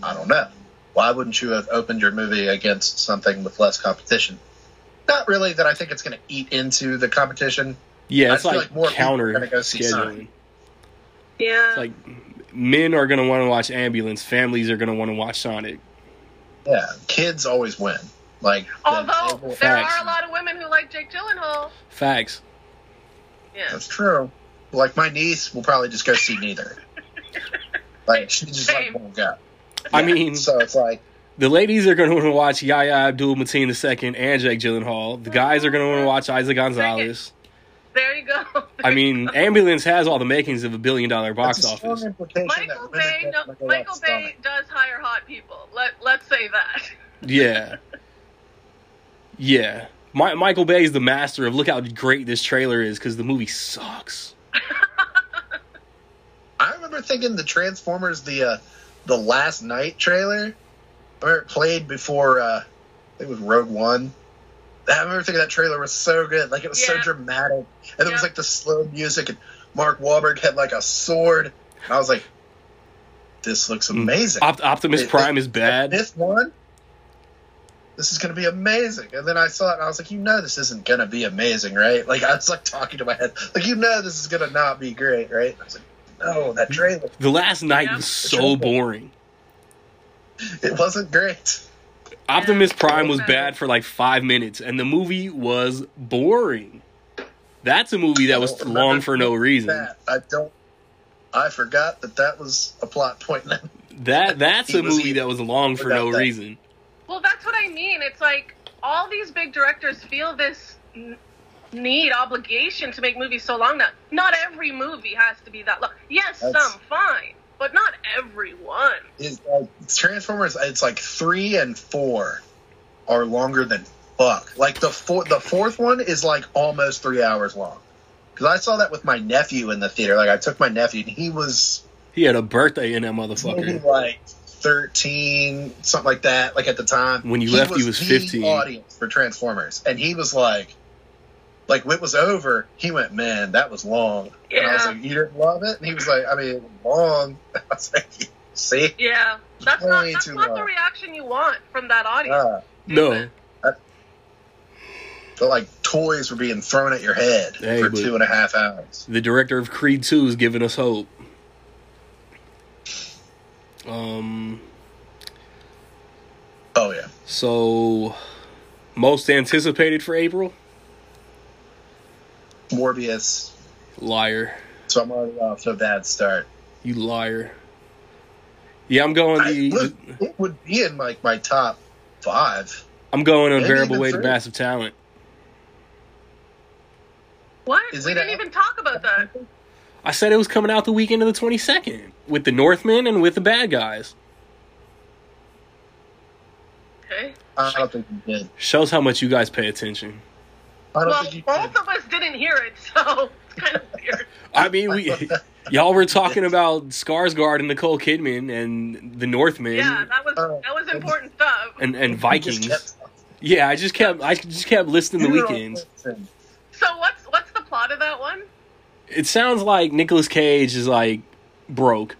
Speaker 3: I don't know. Why wouldn't you have opened your movie against something with less competition? Not really that I think it's gonna eat into the competition.
Speaker 1: Yeah,
Speaker 3: I
Speaker 1: it's
Speaker 3: feel
Speaker 1: like,
Speaker 3: like more people are
Speaker 1: counter
Speaker 3: gonna go see
Speaker 1: scheduling.
Speaker 3: Sonic.
Speaker 2: Yeah.
Speaker 1: It's like men are gonna want to watch ambulance, families are gonna want to watch Sonic.
Speaker 3: Yeah, kids always win. Like
Speaker 2: Although
Speaker 3: the-
Speaker 2: there
Speaker 1: Facts.
Speaker 2: are a lot of women who like Jake Gyllenhaal.
Speaker 1: Facts.
Speaker 2: Yeah.
Speaker 3: That's true. Like my niece will probably just go see neither. like she just like
Speaker 2: Same.
Speaker 3: won't go.
Speaker 1: I mean,
Speaker 3: So it's like
Speaker 1: the ladies are gonna want to watch Yaya Abdul Mateen II and Jake Gyllenhaal. The guys are gonna want to watch Isaac Gonzalez.
Speaker 2: There you go.
Speaker 1: I mean, ambulance has all the makings of a billion dollar box
Speaker 3: that's a strong
Speaker 1: office.
Speaker 3: implication
Speaker 2: Michael
Speaker 3: that women
Speaker 2: Bay,
Speaker 3: don't
Speaker 2: no,
Speaker 3: like a lot of
Speaker 2: Michael Bay
Speaker 3: stomach.
Speaker 2: does hire hot people. Let let's say that.
Speaker 1: Yeah. Yeah. My, Michael Bay is the master of look how great this trailer is because the movie sucks.
Speaker 3: I remember thinking the Transformers the uh, the last night trailer where it played before uh, I think it was Rogue One. I remember thinking that trailer was so good, like it was so
Speaker 2: Yeah.
Speaker 3: dramatic, and it
Speaker 2: Yeah.
Speaker 3: was like the slow music, and Mark Wahlberg had like a sword, and I was like, "This looks
Speaker 1: Mm.
Speaker 3: amazing."
Speaker 1: Opt- Optimus
Speaker 3: It-
Speaker 1: Prime is
Speaker 3: At
Speaker 1: bad.
Speaker 3: This one, this is going to be amazing. And then I saw it and I was like, you know, this isn't going to be amazing, right? Like, I was like talking to my head, like, you know, this is going to not be great, right? I was like, no, that trailer,
Speaker 1: The last night
Speaker 2: Yeah.
Speaker 1: was so boring.
Speaker 3: it wasn't great.
Speaker 1: Optimus Prime was
Speaker 2: Yeah.
Speaker 1: bad for like five minutes, and the movie was boring. That's a movie that was
Speaker 3: Well,
Speaker 1: long for no reason.
Speaker 3: That, I don't, I forgot that that was a plot point.
Speaker 1: That that's
Speaker 3: He
Speaker 1: a
Speaker 3: was
Speaker 1: movie
Speaker 3: evil.
Speaker 1: that was long for
Speaker 3: Forgot
Speaker 1: no
Speaker 3: that.
Speaker 1: reason.
Speaker 2: Well, that's what I mean. It's like all these big directors feel this n- need obligation to make movies so long that not every movie has to be that long. Yes,
Speaker 3: That's-
Speaker 2: some fine, but not everyone.
Speaker 3: It's like, Transformers, it's like three and four are longer than fuck. Like, the, four, the fourth one is like almost three hours long. Because I saw that with my nephew in the theater. Like, I took my nephew, and he was
Speaker 1: He had a birthday in that
Speaker 3: maybe
Speaker 1: motherfucker.
Speaker 3: like 13 something like that like at the time
Speaker 1: When you left, he was
Speaker 3: the
Speaker 1: 15.
Speaker 3: audience for transformers and he was like like when it was over he went man that was long and i was
Speaker 2: Yeah.
Speaker 3: like you didn't love it and he was like i mean it was long i was like see
Speaker 2: Yeah, that's not
Speaker 3: Way
Speaker 2: that's
Speaker 3: too
Speaker 2: not the
Speaker 3: long.
Speaker 2: reaction you want from that audience.
Speaker 3: uh,
Speaker 1: No,
Speaker 3: but like toys were being thrown at your head
Speaker 1: Hey,
Speaker 3: for
Speaker 1: but-
Speaker 3: two and a half hours
Speaker 1: the director of Creed 2 is giving us hope. Um,
Speaker 3: oh yeah
Speaker 1: so most anticipated for April?
Speaker 3: morbius
Speaker 1: Liar.
Speaker 3: so i'm already off to a bad start
Speaker 1: You liar. Yeah, I'm going
Speaker 3: I,
Speaker 1: the,
Speaker 3: look, it would be in like my top five
Speaker 1: I'm going unbearable
Speaker 3: even
Speaker 1: way to
Speaker 3: three.
Speaker 1: massive talent.
Speaker 2: What?
Speaker 3: Is
Speaker 2: we
Speaker 3: it
Speaker 2: didn't
Speaker 3: a-
Speaker 2: even talk about that.
Speaker 1: I said it was coming out the weekend of the 22nd with the Northmen and with the bad guys.
Speaker 2: Okay.
Speaker 3: i don't think you did
Speaker 1: Shows how much you guys pay attention.
Speaker 3: i don't
Speaker 2: Well,
Speaker 3: think you did.
Speaker 2: both of us didn't hear it, so it's kind of weird.
Speaker 1: I mean, we y'all were talking about Skarsgård and Nicole Kidman and the Northmen
Speaker 2: Yeah, that was
Speaker 3: Oh.
Speaker 2: that was important stuff.
Speaker 1: and and
Speaker 3: You just
Speaker 1: Vikings.
Speaker 3: kept-
Speaker 1: Yeah, I just kept I just kept listening the
Speaker 3: You don't
Speaker 1: weekends.
Speaker 3: listen.
Speaker 2: So what's what's the plot of that one?
Speaker 1: It sounds like Nicolas Cage is like broke.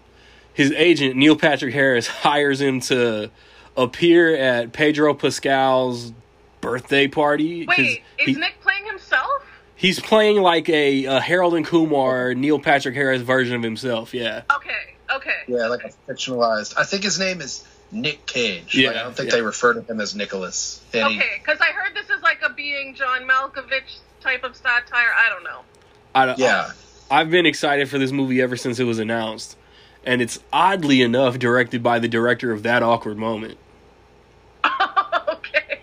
Speaker 1: His agent Neil Patrick Harris hires him to appear at Pedro Pascal's birthday party. 'cause
Speaker 2: Wait,
Speaker 1: he-
Speaker 2: is Nick playing himself?
Speaker 1: He's playing like a, a Harold and Kumar, Neil Patrick Harris version of himself. Yeah.
Speaker 2: Okay, okay.
Speaker 3: Yeah, like a fictionalized. I think his name is Nick Cage. Like,
Speaker 1: Yeah,
Speaker 3: I don't think
Speaker 1: yeah.
Speaker 3: they refer to him as Nicholas. And he-
Speaker 2: Okay, because I heard this is like a being John Malkovich type of satire. I don't know.
Speaker 1: I,
Speaker 3: yeah.
Speaker 1: I, have been excited for this movie ever since it was announced, and it's oddly enough directed by the director of that awkward moment.
Speaker 2: okay,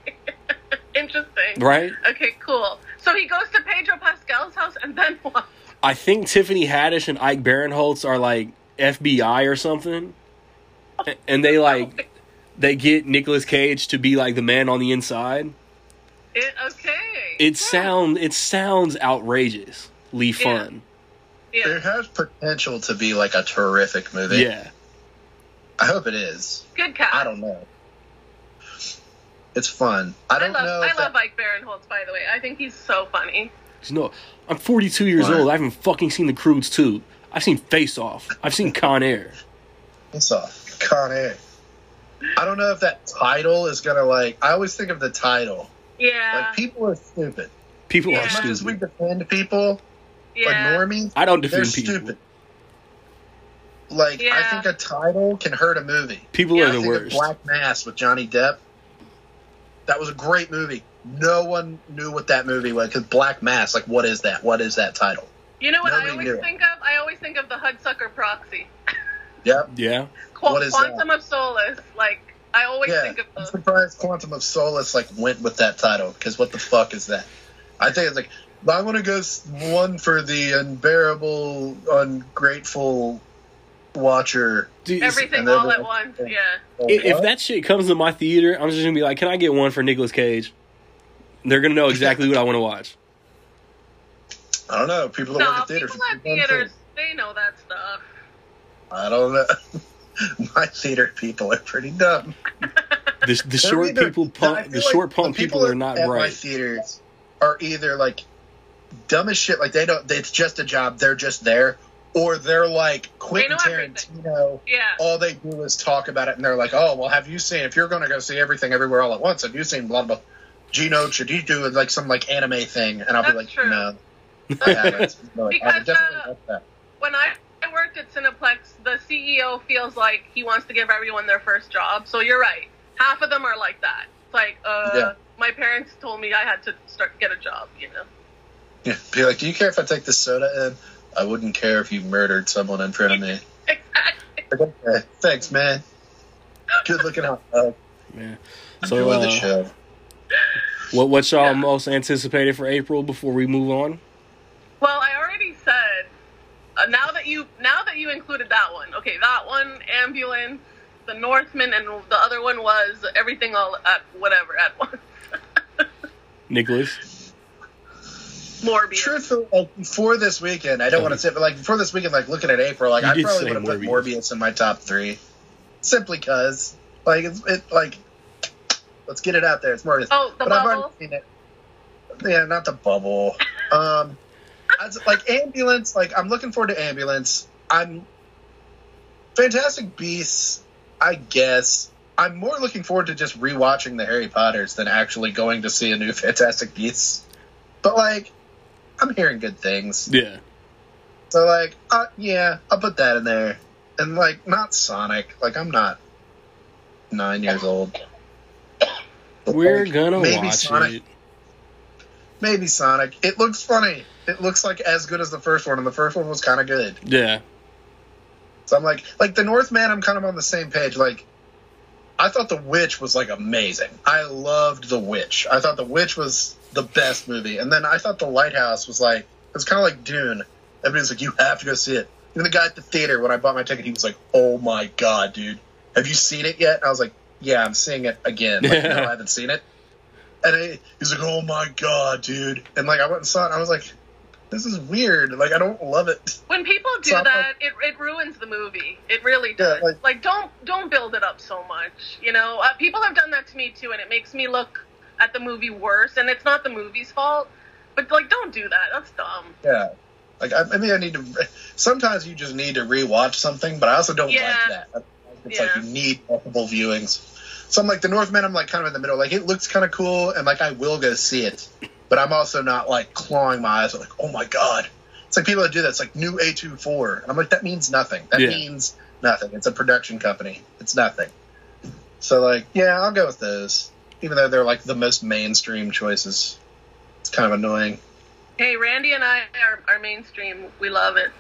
Speaker 2: interesting.
Speaker 1: Right.
Speaker 2: Okay, cool. So he goes to Pedro Pascal's house, and then what?
Speaker 1: I think Tiffany Haddish and Ike Barinholtz are like FBI or something, A- and they like they get Nicolas Cage to be like the man on the inside.
Speaker 2: It, okay.
Speaker 1: It
Speaker 2: Yeah.
Speaker 1: sound it sounds outrageously fun.
Speaker 3: There
Speaker 2: Yeah.
Speaker 3: has potential to be like a terrific movie.
Speaker 1: Yeah,
Speaker 3: I hope it is.
Speaker 2: Good cat.
Speaker 3: I don't know. It's fun. I don't
Speaker 2: love,
Speaker 3: know.
Speaker 2: I
Speaker 3: if
Speaker 2: love
Speaker 3: that-
Speaker 2: Ike Barinholtz, by the way. I think he's so funny.
Speaker 1: no, I'm 42 years
Speaker 3: Right.
Speaker 1: old. I haven't fucking seen The Croods too. I've seen Face Off. I've seen Con Air.
Speaker 3: It's off. Con Air. I don't know if that title is gonna like. I always think of the title.
Speaker 2: Yeah.
Speaker 3: Like people are stupid.
Speaker 1: People are
Speaker 2: Yeah.
Speaker 3: As much as we
Speaker 1: stupid.
Speaker 3: defend people,
Speaker 2: yeah.
Speaker 3: like normies,
Speaker 1: I don't
Speaker 3: they're
Speaker 1: defend people.
Speaker 3: stupid. Like I
Speaker 2: Yeah.
Speaker 3: think a title can hurt a movie.
Speaker 1: People
Speaker 2: Yeah,
Speaker 1: are
Speaker 3: I
Speaker 1: the
Speaker 3: think of
Speaker 1: worst.
Speaker 3: Black Mass with Johnny Depp. That was a great movie. No one knew what that movie was because Black Mass. Like, what is that? What is that title?
Speaker 2: you know what I
Speaker 3: nobody
Speaker 2: always
Speaker 3: knew it.
Speaker 2: think of? I always think of the Hudsucker proxy.
Speaker 3: Yep.
Speaker 1: Yeah,
Speaker 2: Qu-
Speaker 3: What is
Speaker 2: Quantum of Solace. Like, I always
Speaker 3: yeah.
Speaker 2: think of
Speaker 3: I'm
Speaker 2: those.
Speaker 3: surprised Quantum of Solace like went with that title because what the fuck is that? I think it's like I want to go s- one for the unbearable, ungrateful watcher.
Speaker 1: Dude, it's-
Speaker 2: Everything
Speaker 3: and
Speaker 2: all at
Speaker 3: everyone-
Speaker 2: once. Yeah.
Speaker 1: i- if that shit comes to my theater, I'm just gonna be like, "Can I get one for Nicolas Cage?" They're gonna know exactly what I want to watch.
Speaker 3: I don't know. People that work
Speaker 2: No,
Speaker 3: at theaters.
Speaker 2: people at theaters, they know that stuff.
Speaker 3: I don't know. My theater people are pretty dumb.
Speaker 1: The, the
Speaker 3: They're
Speaker 1: short
Speaker 3: either-
Speaker 1: people,
Speaker 3: I
Speaker 1: punk,
Speaker 3: feel
Speaker 1: the
Speaker 3: like
Speaker 1: short
Speaker 3: the
Speaker 1: punk people are not
Speaker 3: at My
Speaker 1: right.
Speaker 3: theaters are either like dumb as shit, like they don't. It's just a job. They're just there, or they're like Quentin
Speaker 2: everything.
Speaker 3: Tarantino.
Speaker 2: Yeah.
Speaker 3: All they do is talk about it, and they're like, "Oh, well, have you seen? If you're going to go see everything, everywhere, all at once, have you seen blah blah?" Gino, should you do like some like anime thing? And I'll be
Speaker 2: That's
Speaker 3: like,
Speaker 2: true.
Speaker 3: "No, I haven't. No, I
Speaker 2: Because,
Speaker 3: haven't. definitely
Speaker 2: uh,
Speaker 3: done that.
Speaker 2: when I I worked at Cineplex, the CEO feels like he wants to give everyone their first job. So you're right. Half of them are like that. It's like, uh,
Speaker 3: Yeah.
Speaker 2: my parents told me I had to start get a job, you know.
Speaker 3: Yeah, be like, do you care if I take this soda in? I wouldn't care if you murdered someone in front of me.
Speaker 2: Exactly.
Speaker 3: Like, okay, thanks, man. Good looking out. Uh,
Speaker 1: Man. So,
Speaker 3: enjoy the
Speaker 1: uh,
Speaker 3: show.
Speaker 1: what what y'all
Speaker 2: Yeah.
Speaker 1: most anticipated for April before we move on?
Speaker 2: Well, I already said. Uh, now that you now that you included that one, okay, that one ambulance, the Northman, and the other one was everything all at whatever at once.
Speaker 1: Nicholas,
Speaker 2: Morbius.
Speaker 3: Truthfully, like, before this weekend, I don't want to say, but like before this weekend, like looking at April, like
Speaker 1: You
Speaker 3: I
Speaker 1: did
Speaker 3: probably
Speaker 1: say
Speaker 3: would have put
Speaker 1: Morbius.
Speaker 3: Morbius in my top three, simply because like it's it like let's get it out there. It's Morbius.
Speaker 2: Oh, the
Speaker 3: but I've
Speaker 2: bubble.
Speaker 3: already seen it. Yeah, not the bubble. Um, I was- like ambulance. Like I'm looking forward to ambulance. I'm Fantastic Beasts. I guess I'm more looking forward to just rewatching the Harry Potters than actually going to see a new Fantastic Beasts. But like, I'm hearing good things.
Speaker 1: yeah,
Speaker 3: So like, uh, yeah, I'll put that in there. And like, not Sonic. Like I'm not nine years old. But,
Speaker 1: we're
Speaker 3: like,
Speaker 1: gonna
Speaker 3: maybe
Speaker 1: watch
Speaker 3: Sonic,
Speaker 1: it.
Speaker 3: Maybe Sonic. It looks funny. It looks like as good as the first one, and the first one was kind of good.
Speaker 1: Yeah,
Speaker 3: So I'm like, like the Northman. I'm kind of on the same page. Like, I thought the Witch was like amazing. I loved the Witch. I thought the Witch was the best movie. And then I thought the Lighthouse was like it was kind of like Dune. Everybody's like, you have to go see it. Even the guy at the theater when I bought my ticket, he was like, oh my god, dude, have you seen it yet? And I was like, yeah, I'm seeing it again. Like, no, I haven't seen it. And I, he's like, oh my god, dude. And like I went and saw it. And I was like, this is weird. Like I don't love it.
Speaker 2: When people do
Speaker 3: So I'm
Speaker 2: that, it, it ruins the movie. It really does.
Speaker 3: Yeah, like-
Speaker 2: like, don't don't build it up so much. You know, uh, people have done that to me too, and it makes me look at the movie worse. And it's not the movie's fault, but like, don't do that. That's dumb.
Speaker 3: Yeah. Like I, I mean, I need to. Sometimes you just need to rewatch something, but I also don't
Speaker 2: Yeah.
Speaker 3: like that. It's
Speaker 2: Yeah.
Speaker 3: like you need multiple viewings. So I'm like the Northman. I'm like kind of in the middle. Like it looks kind of cool, and like I will go see it, but I'm also not like clawing my eyes like, oh my god. It's like people that do that. It's like new A24, and I'm like, that means nothing. That
Speaker 1: Yeah.
Speaker 3: means nothing. It's a production company. It's nothing. So like, yeah, I'll go with those, even though they're like the most mainstream choices. It's kind of annoying.
Speaker 2: Hey, Randy and I are, are mainstream. We love it.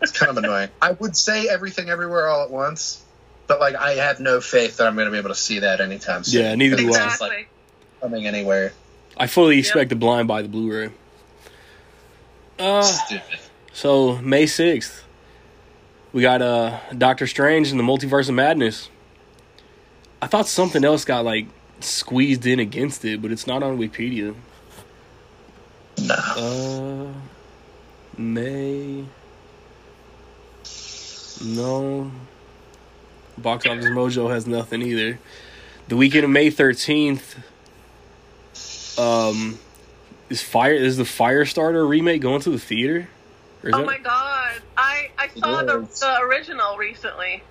Speaker 3: It's kind of annoying. I would say everything everywhere all at once, but like I have no faith that I'm going to be able to see that anytime soon.
Speaker 1: Yeah, neither do
Speaker 3: It's
Speaker 1: Wow. I.
Speaker 3: just, like,
Speaker 2: Exactly.
Speaker 3: coming anywhere.
Speaker 1: I fully expect the blind by the Blu-ray. Uh,
Speaker 3: Stupid.
Speaker 1: so May sixth, we got uh Doctor Strange and the Multiverse of Madness. I thought something else got like squeezed in against it, but it's not on Wikipedia.
Speaker 3: No.
Speaker 1: Uh, May. No. Box Office Mojo has nothing either. The weekend of May thirteenth. Um, is fire is the Firestarter remake going to the theater? Or is
Speaker 2: Oh
Speaker 1: that-
Speaker 2: my god. I, I saw the,
Speaker 3: is.
Speaker 2: the original recently.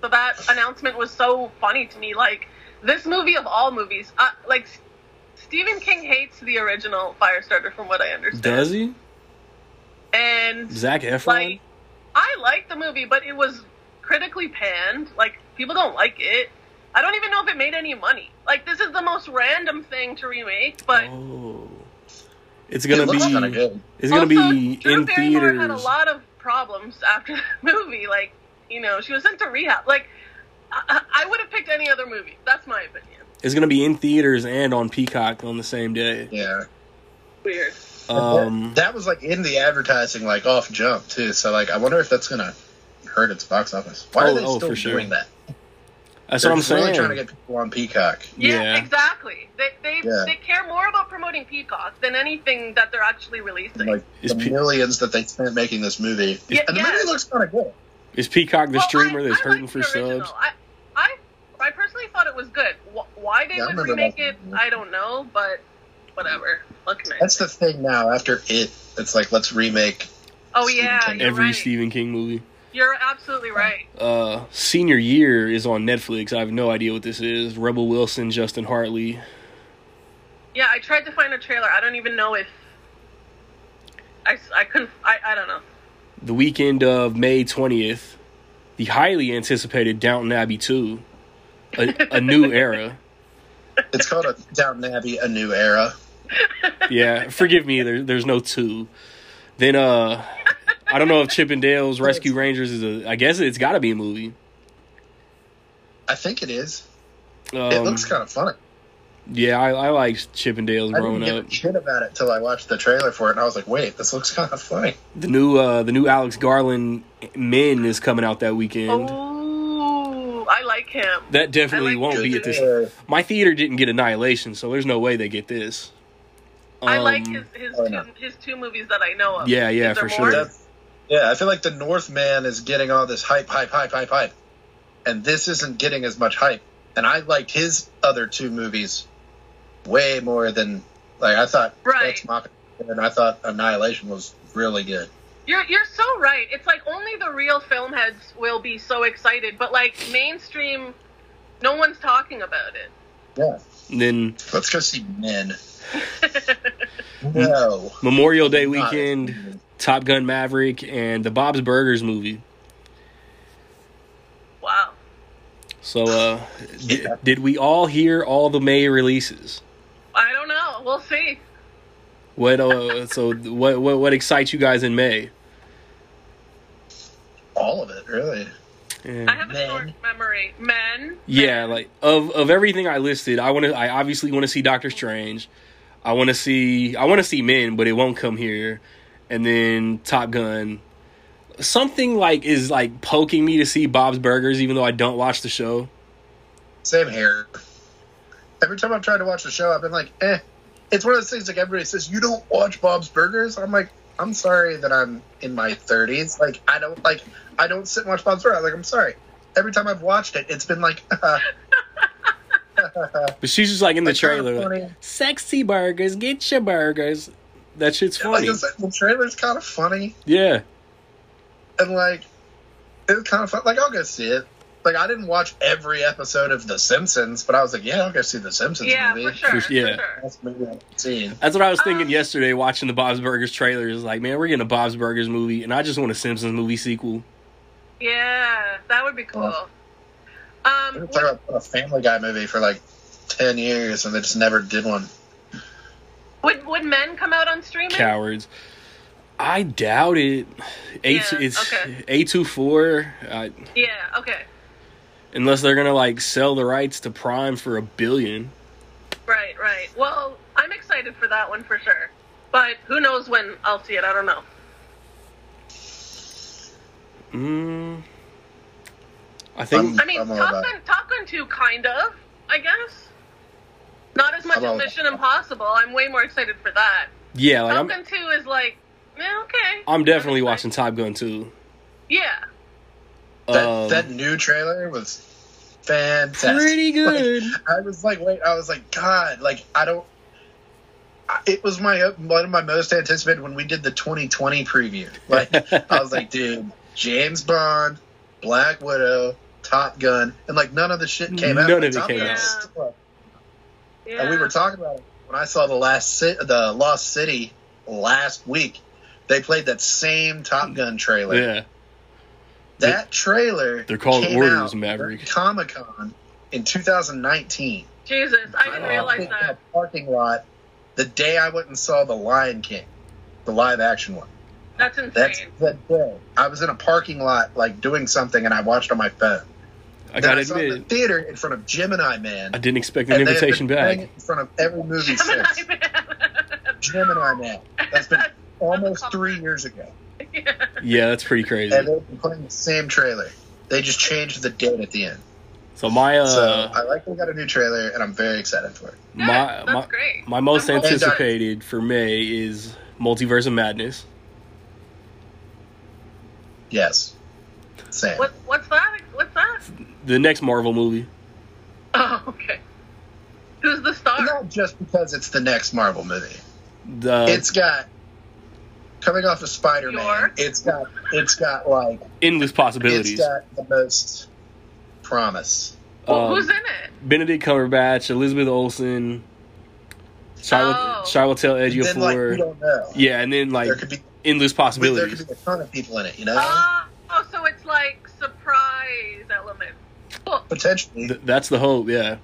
Speaker 2: So that announcement was so funny to me. Like, this movie of all movies, uh, like, S- Stephen King hates the original Firestarter, from what I understand.
Speaker 1: Does he?
Speaker 2: And,
Speaker 1: Zach Efron.
Speaker 2: like, I liked the movie, but it was critically panned. Like, people don't like it. I don't even know if it made any money. Like, this is the most random thing to remake, but.
Speaker 1: oh. It's
Speaker 3: It
Speaker 1: gonna
Speaker 3: looks kinda
Speaker 1: be.
Speaker 3: good.
Speaker 1: It's gonna
Speaker 2: Also,
Speaker 1: be
Speaker 2: Drew
Speaker 1: in
Speaker 2: Barrymore had a
Speaker 1: theaters.
Speaker 2: lot of problems after that movie. Like, you know, she was sent to rehab. Like, I, I would have picked any other movie. That's my opinion.
Speaker 1: It's gonna be in theaters and on Peacock on the same day.
Speaker 3: Yeah.
Speaker 2: Weird.
Speaker 1: Um,
Speaker 3: that was like in the advertising, like off jump too. So like, I wonder if that's gonna hurt its box office. Why
Speaker 1: Oh,
Speaker 3: are they
Speaker 1: oh, for
Speaker 3: still doing
Speaker 1: sure.
Speaker 3: that?
Speaker 1: that's
Speaker 3: They're
Speaker 1: what I'm
Speaker 3: just really
Speaker 1: saying.
Speaker 3: trying to get people on Peacock.
Speaker 2: Yeah,
Speaker 1: Yeah.
Speaker 2: exactly. They they,
Speaker 3: Yeah.
Speaker 2: they care more about promoting Peacock than anything that they're actually releasing.
Speaker 3: Like
Speaker 1: Is
Speaker 3: the
Speaker 1: Pe-
Speaker 3: millions that they spent making this movie,
Speaker 2: Yeah,
Speaker 3: and the
Speaker 2: yeah.
Speaker 3: movie looks kind of good.
Speaker 1: Is Peacock the
Speaker 2: Well,
Speaker 1: streamer
Speaker 2: I-
Speaker 1: that's
Speaker 2: I
Speaker 1: hurting
Speaker 2: liked
Speaker 1: for
Speaker 2: the original.
Speaker 1: subs?
Speaker 2: I, I I personally thought it was good. Wh- Why they
Speaker 3: Yeah, I
Speaker 2: would
Speaker 3: remember
Speaker 2: remake
Speaker 3: that.
Speaker 2: it, I don't know, but whatever. Look nice.
Speaker 3: That's the thing now. After it, it's like let's remake.
Speaker 2: oh
Speaker 3: Stephen
Speaker 2: yeah,
Speaker 3: King.
Speaker 2: you're
Speaker 1: Every
Speaker 2: right.
Speaker 1: Stephen King movie.
Speaker 2: You're absolutely right.
Speaker 1: Uh, Senior Year is on Netflix. I have no idea what this is. Rebel Wilson, Justin Hartley.
Speaker 2: Yeah, I tried to find a trailer. I don't even know if I, I couldn't. I, I don't know.
Speaker 1: The weekend of May 20th, the highly anticipated Downton Abbey 2, a, a new era.
Speaker 3: It's called a Downton Abbey: A New Era.
Speaker 1: Yeah, forgive me, there, there's no 2. Then, uh, I don't know if Chippendale's Rescue Rangers is a. I guess it's got to be a movie.
Speaker 3: I think it is.
Speaker 1: Um,
Speaker 3: it looks kind of funny.
Speaker 1: yeah, I, I liked Chippendale's
Speaker 3: I didn't
Speaker 1: growing
Speaker 3: give
Speaker 1: up.
Speaker 3: a shit about it till I watched the trailer for it, and I was like, "Wait, this looks kind of funny."
Speaker 1: The new uh the new Alex Garland Men is coming out that weekend.
Speaker 2: Oh, I like him.
Speaker 1: That
Speaker 2: I
Speaker 1: definitely
Speaker 2: like
Speaker 1: won't be
Speaker 2: Good.
Speaker 1: at this.
Speaker 3: Uh,
Speaker 1: My theater didn't get Annihilation, so there's no way they get this.
Speaker 2: oh, I like
Speaker 1: Um,
Speaker 2: his his
Speaker 3: why
Speaker 2: two,
Speaker 3: not?
Speaker 2: his two movies that I know of.
Speaker 1: Yeah, yeah,
Speaker 2: Is there
Speaker 1: for sure.
Speaker 2: more?
Speaker 3: That's- yeah, I feel like the Northman is getting all this hype, hype, hype, hype, hype, and this isn't getting as much hype. And I liked his other two movies way more than like I thought.
Speaker 2: Right.
Speaker 3: Ex Machina and I thought Annihilation was really good.
Speaker 2: You're you're so right. It's like only the real film heads will be so excited, but like mainstream, no one's talking about it.
Speaker 3: Yeah,
Speaker 1: And then
Speaker 3: let's go see Men. No,
Speaker 1: Memorial Day
Speaker 3: Not-
Speaker 1: weekend, Top Gun Maverick, and the Bob's Burgers movie.
Speaker 2: wow.
Speaker 1: So uh di- did we all hear all the May releases?
Speaker 2: I don't know. We'll see.
Speaker 1: What uh so what what what excites you guys in May?
Speaker 3: all of it really.
Speaker 1: Yeah.
Speaker 2: I have a
Speaker 3: Men.
Speaker 2: short memory. Men.
Speaker 1: Yeah,
Speaker 2: Men.
Speaker 1: like of of everything I listed, I want to. I obviously want to see Doctor Strange. I want to see. I want to see Men, but it won't come here. And then Top Gun. Something like is like poking me to see Bob's Burgers, even though I don't watch the show.
Speaker 3: Same here. Every time I've tried to watch the show, I've been like, eh. It's one of those things like everybody says, you don't watch Bob's Burgers. I'm like, I'm sorry that I'm in my 30s. Like I don't like I don't sit and watch Bob's Burgers. Like I'm sorry. Every time I've watched it, it's been like
Speaker 1: But she's just like in the
Speaker 3: That's kinda
Speaker 1: trailer, like,
Speaker 3: funny.
Speaker 1: sexy burgers, get your burgers. That shit's
Speaker 3: like
Speaker 1: funny.
Speaker 3: I said, the trailer's kind of funny
Speaker 1: yeah,
Speaker 3: and like it's kind of fun. Like I'll go see it. Like I didn't watch every episode of The Simpsons, but I was like, yeah, I'll go see The Simpsons
Speaker 2: yeah,
Speaker 3: movie.
Speaker 2: for sure.
Speaker 1: For- yeah.
Speaker 2: For sure.
Speaker 3: That's the movie I've seen.
Speaker 1: That's what I was thinking
Speaker 2: Um,
Speaker 1: yesterday watching the Bob's Burgers trailer. It's like, man, we're getting a Bob's Burgers movie, and I just want a Simpsons movie sequel.
Speaker 2: Yeah, that would be cool.
Speaker 3: Well, They
Speaker 2: Um,
Speaker 3: were talking about a Family Guy movie for like ten years, and they just never did one.
Speaker 2: would, would men come out on streaming?
Speaker 1: Cowards. I doubt it. A
Speaker 2: Yeah,
Speaker 1: it's
Speaker 2: okay.
Speaker 1: A two four. I-
Speaker 2: Yeah, okay.
Speaker 1: Unless they're gonna like sell the rights to Prime for a billion.
Speaker 2: Right, right. Well, I'm excited for that one for sure. But who knows when I'll see it? I don't know.
Speaker 1: Mm, I think.
Speaker 2: I mean,
Speaker 3: I'm all
Speaker 2: Top
Speaker 3: about
Speaker 2: Gun, Top Gun 2, kind of, I guess. Not as much
Speaker 3: I'm all
Speaker 2: as
Speaker 3: about
Speaker 2: Mission
Speaker 3: that.
Speaker 2: Impossible. I'm way more excited for that.
Speaker 1: yeah, like
Speaker 2: Top
Speaker 1: I'm.
Speaker 2: Gun 2 is like, eh, okay.
Speaker 1: I'm definitely
Speaker 2: excited.
Speaker 1: watching Top Gun too.
Speaker 2: Yeah.
Speaker 3: That,
Speaker 1: Um,
Speaker 3: that new trailer was fantastic.
Speaker 1: pretty good.
Speaker 3: I was like, wait, I was like, God, like I don't. I- It was my one of my most anticipated when we did the 2020 preview. Like I was like, dude, James Bond, Black Widow, Top Gun, and like none of the shit came out.
Speaker 1: None of it
Speaker 3: Top
Speaker 1: came
Speaker 3: Gun
Speaker 2: out.
Speaker 3: was still-
Speaker 2: Yeah.
Speaker 3: And we were talking about it when I saw the last ci- the Lost City last week. They played that same Top Gun trailer.
Speaker 1: yeah,
Speaker 3: That trailer
Speaker 1: They're called
Speaker 3: came
Speaker 1: Orders,
Speaker 3: out
Speaker 1: Maverick.
Speaker 3: Comic Con in 2019.
Speaker 2: Jesus, I
Speaker 3: I
Speaker 2: didn't
Speaker 1: Oh.
Speaker 2: realize
Speaker 3: picked up
Speaker 2: that.
Speaker 3: a parking lot the day I went and saw The Lion King, the live action one.
Speaker 2: That's insane.
Speaker 3: That's the day. I was in a parking lot, like doing something, and I watched on my phone.
Speaker 1: I
Speaker 3: then
Speaker 1: gotta
Speaker 3: I saw it in
Speaker 1: admit,
Speaker 3: the theater in front of Gemini Man.
Speaker 1: I didn't expect an
Speaker 3: and they have been
Speaker 1: invitation
Speaker 3: playing
Speaker 1: back.
Speaker 3: it in front of every movie
Speaker 2: Gemini
Speaker 3: since.
Speaker 2: Man.
Speaker 3: Gemini Man. That's been almost three years ago,
Speaker 2: Yeah.
Speaker 1: Yeah, that's pretty crazy.
Speaker 3: and they've been playing the same trailer. They just changed the date at the end.
Speaker 1: So my uh,
Speaker 3: so I like we got a new trailer, and I'm very excited for it.
Speaker 1: my
Speaker 2: Good. That's
Speaker 1: my
Speaker 2: great.
Speaker 1: my most
Speaker 2: I'm hoping-
Speaker 3: antici-
Speaker 1: anticipated for May is Multiverse of Madness.
Speaker 3: Yes, Sam.
Speaker 2: What, what's that? What's that?
Speaker 1: the next Marvel movie.
Speaker 2: Oh, okay. Who's the star?
Speaker 3: Not just because it's the next Marvel movie.
Speaker 1: The
Speaker 3: it's got coming off of Spider Man.
Speaker 2: Your-
Speaker 3: It's got it's got like
Speaker 1: endless
Speaker 3: it's uh,
Speaker 1: possibilities.
Speaker 3: got the most promise.
Speaker 2: Well,
Speaker 1: Um,
Speaker 2: who's in it?
Speaker 1: Benedict Cumberbatch, Elizabeth Olsen, Charlotte,
Speaker 2: Oh.
Speaker 1: Charlotte Tell
Speaker 3: And then like we
Speaker 1: Edgeofor.
Speaker 3: don't know.
Speaker 1: yeah, and then like
Speaker 3: there could be
Speaker 1: endless
Speaker 3: there could
Speaker 1: possibilities.
Speaker 3: be a ton of people in it. You know,
Speaker 2: Oh, oh, so it's like surprise element. Cool.
Speaker 3: potentially.
Speaker 1: Th- that's the hope. Yeah.
Speaker 3: yeah,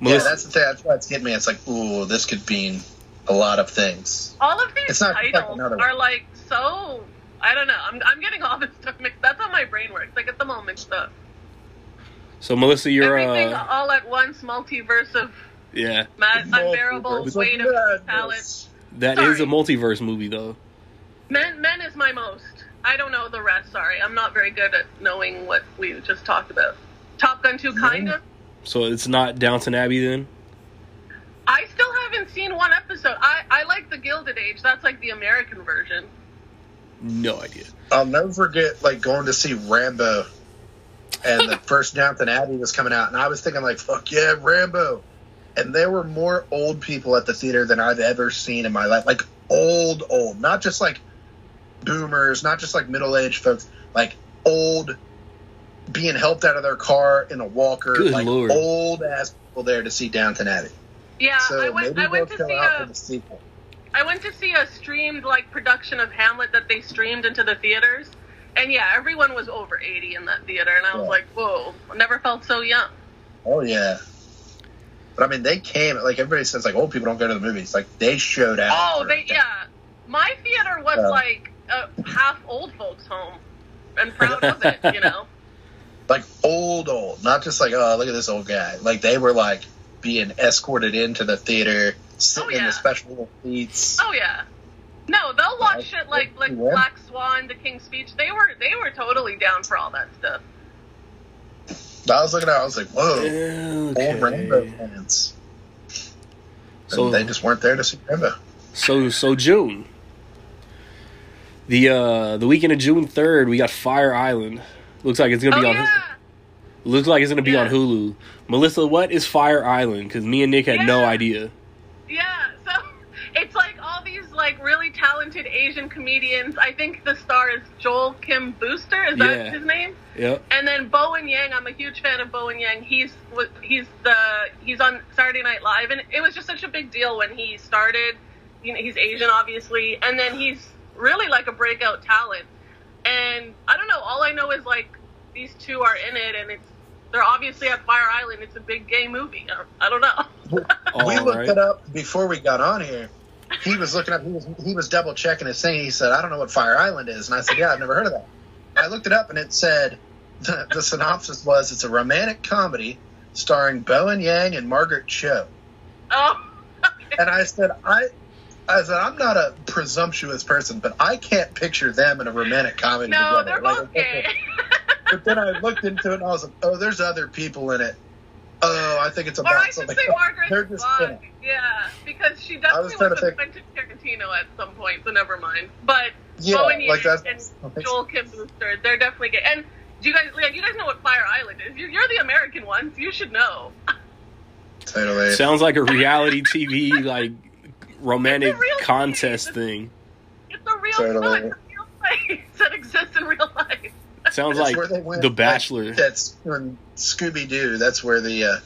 Speaker 1: Melissa,
Speaker 3: that's the thing. That's why it's hitting me. It's like, ooh, this could mean a lot of things.
Speaker 2: All of these
Speaker 3: It's not like
Speaker 2: titles
Speaker 3: another one.
Speaker 2: are like so. I don't know. I'm, I'm getting all this stuff mixed. That's how my brain works. Like at the moment stuff.
Speaker 1: so Melissa, you're
Speaker 2: Everything
Speaker 1: uh,
Speaker 2: all at once, multiverse of
Speaker 1: yeah.
Speaker 2: mad, unbearable
Speaker 3: Multiverse
Speaker 2: weight
Speaker 3: madness.
Speaker 2: of talent.
Speaker 1: That is a
Speaker 2: Sorry.
Speaker 1: multiverse movie though.
Speaker 2: Men, men is my most. I don't know the rest. Sorry, I'm not very good at knowing what we just talked about. Top Gun 2, kind
Speaker 3: Men?
Speaker 2: of.
Speaker 1: So it's not Downton Abbey then.
Speaker 2: I still haven't seen one episode. I, I like the Gilded Age. That's like the American version.
Speaker 1: No idea.
Speaker 3: I'll never forget like going to see Rambo, and the first Downton Abbey was coming out, and I was thinking like, "Fuck yeah, Rambo!" And there were more old people at the theater than I've ever seen in my life. Like old, old, not just like boomers, not just like middle aged folks, like old, being helped out of their car in a walker,
Speaker 1: Good
Speaker 3: like
Speaker 1: lord.
Speaker 3: old ass people there to see Downton Abbey.
Speaker 2: Yeah,
Speaker 3: so
Speaker 2: I went.
Speaker 3: maybe
Speaker 2: I went
Speaker 3: they'll
Speaker 2: to
Speaker 3: come
Speaker 2: see
Speaker 3: out for
Speaker 2: a.
Speaker 3: the sequel.
Speaker 2: I went to see a streamed like production of Hamlet that they streamed into the theaters, and yeah, everyone was over eighty in that theater, and I was
Speaker 3: Yeah.
Speaker 2: like, whoa, I never felt so young.
Speaker 3: Oh yeah. But I mean, they came. Like everybody says, like old people don't go to the movies. Like they showed out.
Speaker 2: Oh,
Speaker 3: for
Speaker 2: they yeah. My theater was
Speaker 3: Yeah.
Speaker 2: like a half old folks' home, and proud of it, you know.
Speaker 3: Like old, old, not just like oh look at this old guy. Like they were like being escorted into the theater, sitting
Speaker 2: Oh,
Speaker 3: in
Speaker 2: yeah.
Speaker 3: the special little seats.
Speaker 2: Oh yeah. No, they'll watch
Speaker 3: Yeah,
Speaker 2: shit like like
Speaker 3: yeah.
Speaker 2: Black Swan, The King's Speech. They were they were totally down for all that stuff.
Speaker 3: I was looking at, it, I was like, whoa, old Rambo
Speaker 1: Okay.
Speaker 3: fans. And
Speaker 1: So-
Speaker 3: they just weren't there to see Rambo.
Speaker 1: So so June. The uh the weekend of June third, we got Fire Island. Looks like it's gonna
Speaker 2: Oh
Speaker 1: be on.
Speaker 2: yeah.
Speaker 1: Looks like it's gonna be on
Speaker 2: Yeah.
Speaker 1: Hulu. Melissa, what is Fire Island? Because me and Nick had no
Speaker 2: Yeah.
Speaker 1: idea.
Speaker 2: Yeah. So it's like all these like like really talented Asian comedians. I think the star is Joel Kim Booster. Is
Speaker 1: Yeah.
Speaker 2: that his name?
Speaker 1: Yep.
Speaker 2: And then Bowen Yang, I'm a huge fan of Bowen Yang. He's he's the he's on Saturday Night Live, and it was just such a big deal when he started. You know, he's Asian, obviously, and then he's really like a breakout talent. And I don't know. All I know is like these two are in it, and it's they're obviously at Fire Island. It's a big gay movie. I don't know.
Speaker 1: All
Speaker 3: we looked
Speaker 1: right.
Speaker 3: it up before we got on here. He was looking up. He was he was double checking his thing. And he said, "I don't know what Fire Island is," and I said, "Yeah, I've never heard of that." I looked it up, and it said the, the synopsis was, "It's a romantic comedy starring Bowen Yang and Margaret Cho."
Speaker 2: Oh,
Speaker 3: And I said, "I." I said, I'm not a presumptuous person, but I can't picture them in a romantic comedy.
Speaker 2: no,
Speaker 3: together.
Speaker 2: they're
Speaker 3: Like,
Speaker 2: both gay.
Speaker 3: But then I looked into it and I was like, oh, there's other people in it. Oh, I think it's
Speaker 2: Or I
Speaker 3: about
Speaker 2: should
Speaker 3: something.
Speaker 2: say
Speaker 3: They're
Speaker 2: Margaret
Speaker 3: just
Speaker 2: Bond. Yeah, because she definitely
Speaker 3: trying
Speaker 2: was
Speaker 3: to
Speaker 2: with
Speaker 3: think-
Speaker 2: Quentin Tarantino at some point, so never mind. But
Speaker 3: Yeah,
Speaker 2: Bowen Yang
Speaker 3: like
Speaker 2: and
Speaker 3: that's.
Speaker 2: Joel Kim Booster, they're definitely gay. And do you guys, yeah, you guys know what Fire Island is? You, you're the American ones. You should know.
Speaker 3: Totally.
Speaker 1: Sounds like a reality TV like romantic
Speaker 2: It's a real
Speaker 1: contest thing.
Speaker 2: It's a real
Speaker 3: Totally.
Speaker 2: show. It's a real place that exists in real life.
Speaker 1: Sounds
Speaker 3: That's
Speaker 1: like
Speaker 3: where they went.
Speaker 1: The Bachelor.
Speaker 3: That's from Scooby Doo. That's where the uh,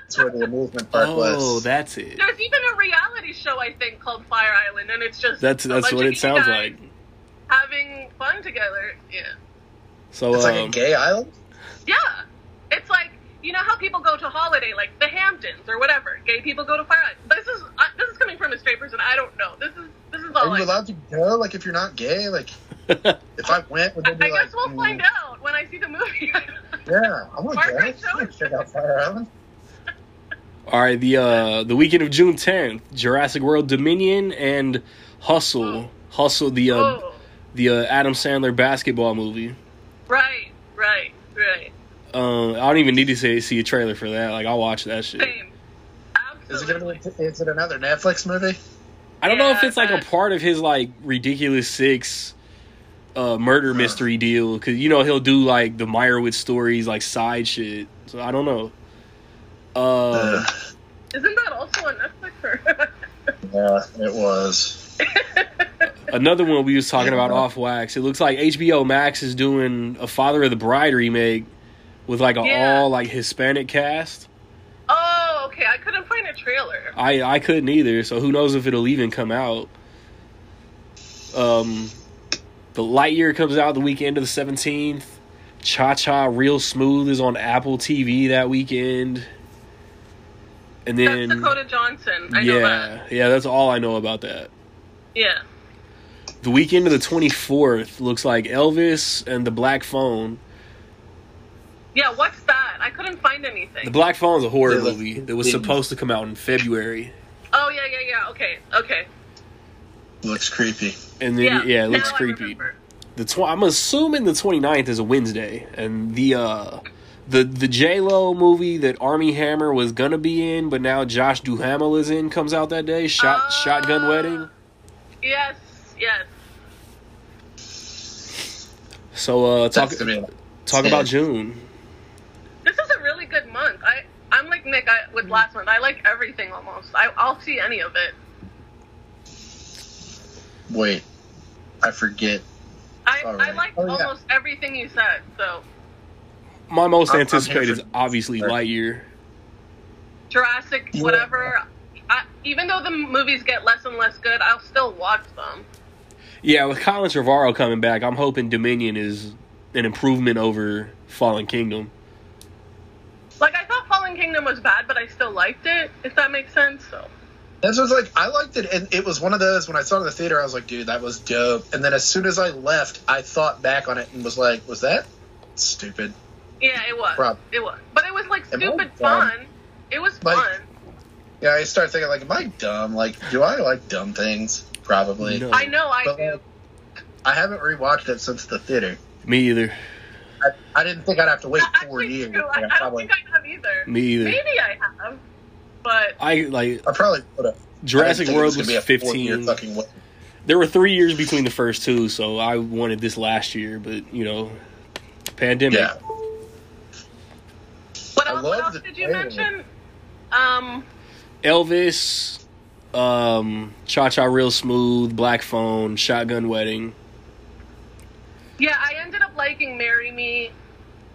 Speaker 3: that's where the amusement park
Speaker 1: Oh,
Speaker 3: was.
Speaker 1: that's it.
Speaker 2: There's even a reality show I think called Fire Island, and it's just
Speaker 1: That's
Speaker 2: a
Speaker 1: that's
Speaker 2: bunch
Speaker 1: what
Speaker 2: of
Speaker 1: it sounds
Speaker 2: guys
Speaker 1: like.
Speaker 2: Having fun together. Yeah.
Speaker 1: So
Speaker 3: it's like a
Speaker 1: um,
Speaker 3: gay island.
Speaker 2: Yeah. It's like, you know how people go to holiday, like the Hamptons or whatever. Gay people go to Fire Island. This is I, this is coming from a straight person. I don't know. This is this is all.
Speaker 3: Are
Speaker 2: I,
Speaker 3: you allowed to go? Like if you're not gay, like
Speaker 1: um,
Speaker 3: if I went, would
Speaker 2: I
Speaker 3: they be like?
Speaker 2: guess we'll
Speaker 3: mm,
Speaker 2: find out when I see the movie.
Speaker 3: Yeah, I'm gonna go.
Speaker 2: Margaret
Speaker 3: I'm gonna
Speaker 2: Cho-
Speaker 3: check out Fire Island.
Speaker 1: all right, the uh the weekend of June 10th, Jurassic World Dominion and Hustle.
Speaker 2: Oh.
Speaker 1: Hustle the uh,
Speaker 2: oh,
Speaker 1: the uh, Adam Sandler basketball movie.
Speaker 2: right, right, right.
Speaker 1: Uh, I don't even need to say see a trailer for that. Like I'll watch that shit.
Speaker 2: Same.
Speaker 3: Is it gonna?
Speaker 2: Absolutely.
Speaker 3: Be, is it another Netflix movie?
Speaker 1: I don't know if
Speaker 2: Yeah,
Speaker 1: it's like a
Speaker 2: but-
Speaker 1: part of his like ridiculous six uh, murder
Speaker 3: Huh.
Speaker 1: mystery deal because you know he'll do like the Meyerowitz stories, like side shit. So I don't know. Uh,
Speaker 3: Uh,
Speaker 2: Isn't that also on Netflix? Or
Speaker 3: yeah, it was.
Speaker 1: another one we was talking
Speaker 3: Yeah.
Speaker 1: about off wax. It looks like HBO Max is doing a Father of the Bride remake with like a
Speaker 2: Yeah.
Speaker 1: all like Hispanic cast.
Speaker 2: oh, okay. I couldn't find a trailer.
Speaker 1: I I couldn't either. So who knows if it'll even come out. Um, the Lightyear comes out the weekend of the seventeenth. Cha Cha Real Smooth is on Apple TV that weekend. And then
Speaker 2: That's Dakota Johnson. I
Speaker 1: yeah,
Speaker 2: know that.
Speaker 1: yeah, that's all I know about that.
Speaker 2: Yeah.
Speaker 1: The weekend of the twenty fourth looks like Elvis and the Black Phone.
Speaker 2: Yeah. What's that? I couldn't find anything.
Speaker 1: The Black Phone is a horror
Speaker 3: Yeah, that's-
Speaker 1: movie that was supposed to come out in February,
Speaker 2: oh yeah, yeah, yeah. Okay, okay.
Speaker 3: Looks creepy.
Speaker 1: and then yeah, it looks
Speaker 2: now I
Speaker 1: creepy.
Speaker 2: remember.
Speaker 1: the tw- I'm assuming the 29th is a Wednesday, and the uh, the the J Lo movie that Army Hammer was gonna be in, but now Josh Duhamel is in, comes out that day. Shot
Speaker 2: Ah.
Speaker 1: Shotgun Wedding.
Speaker 2: Yes, yes.
Speaker 1: So uh, talk
Speaker 3: That's gonna be-
Speaker 1: talk
Speaker 3: yeah.
Speaker 1: about June.
Speaker 2: This is a really good month. I I'm like Nick I, with last month. I like everything almost. I I'll see any of it.
Speaker 3: Wait, I forget.
Speaker 2: I
Speaker 3: All
Speaker 2: I
Speaker 3: right.
Speaker 2: like
Speaker 3: Oh, yeah.
Speaker 2: almost everything you said. So
Speaker 1: My most
Speaker 3: I'm- I'm
Speaker 1: anticipated
Speaker 3: here
Speaker 1: is
Speaker 3: for-
Speaker 1: obviously
Speaker 3: Sorry.
Speaker 1: Lightyear.
Speaker 2: Jurassic,
Speaker 3: Yeah.
Speaker 2: whatever. I, even though the movies get less and less good, I'll still watch them.
Speaker 1: Yeah, with Colin Trevorrow coming back, I'm hoping Dominion is an improvement over Fallen Kingdom.
Speaker 2: Like I thought Fallen Kingdom was bad, but I still liked it. If that makes sense. So
Speaker 3: That's what's like. I liked it, and it was one of those when I saw it in the theater. I was like, "Dude, that was dope." And then as soon as I left, I thought back on it and was like, "Was that stupid?"
Speaker 2: yeah, it was.
Speaker 3: Prob-
Speaker 2: It was, but it was like
Speaker 3: Am I
Speaker 2: stupid
Speaker 3: dumb?
Speaker 2: fun. It was
Speaker 3: Like-
Speaker 2: fun.
Speaker 3: Yeah, I started thinking like, "Am I dumb? Like, do I like dumb things? Probably."
Speaker 1: No.
Speaker 2: I know I
Speaker 3: But,
Speaker 2: do.
Speaker 3: like, I haven't rewatched it since the theater.
Speaker 1: Me either.
Speaker 3: I, I didn't think I'd have to wait four
Speaker 2: Actually,
Speaker 3: years.
Speaker 2: true. I,
Speaker 3: Like,
Speaker 2: I don't
Speaker 3: probably,
Speaker 2: think I have either.
Speaker 1: Me either.
Speaker 2: Maybe I have, but
Speaker 1: I like
Speaker 3: I probably would have.
Speaker 1: Jurassic World was
Speaker 3: Year
Speaker 1: 15.
Speaker 3: fucking wait.
Speaker 1: there were three years between the first two, so I wanted this last year, but you know, pandemic.
Speaker 3: Yeah,
Speaker 2: what
Speaker 3: I
Speaker 2: else, what
Speaker 3: love
Speaker 2: else
Speaker 3: the
Speaker 2: did you
Speaker 3: trailer.
Speaker 2: mention? Um,
Speaker 1: Elvis, um, Cha Cha Real Smooth, Black Phone, Shotgun Wedding.
Speaker 2: Yeah, I ended up liking "Marry Me"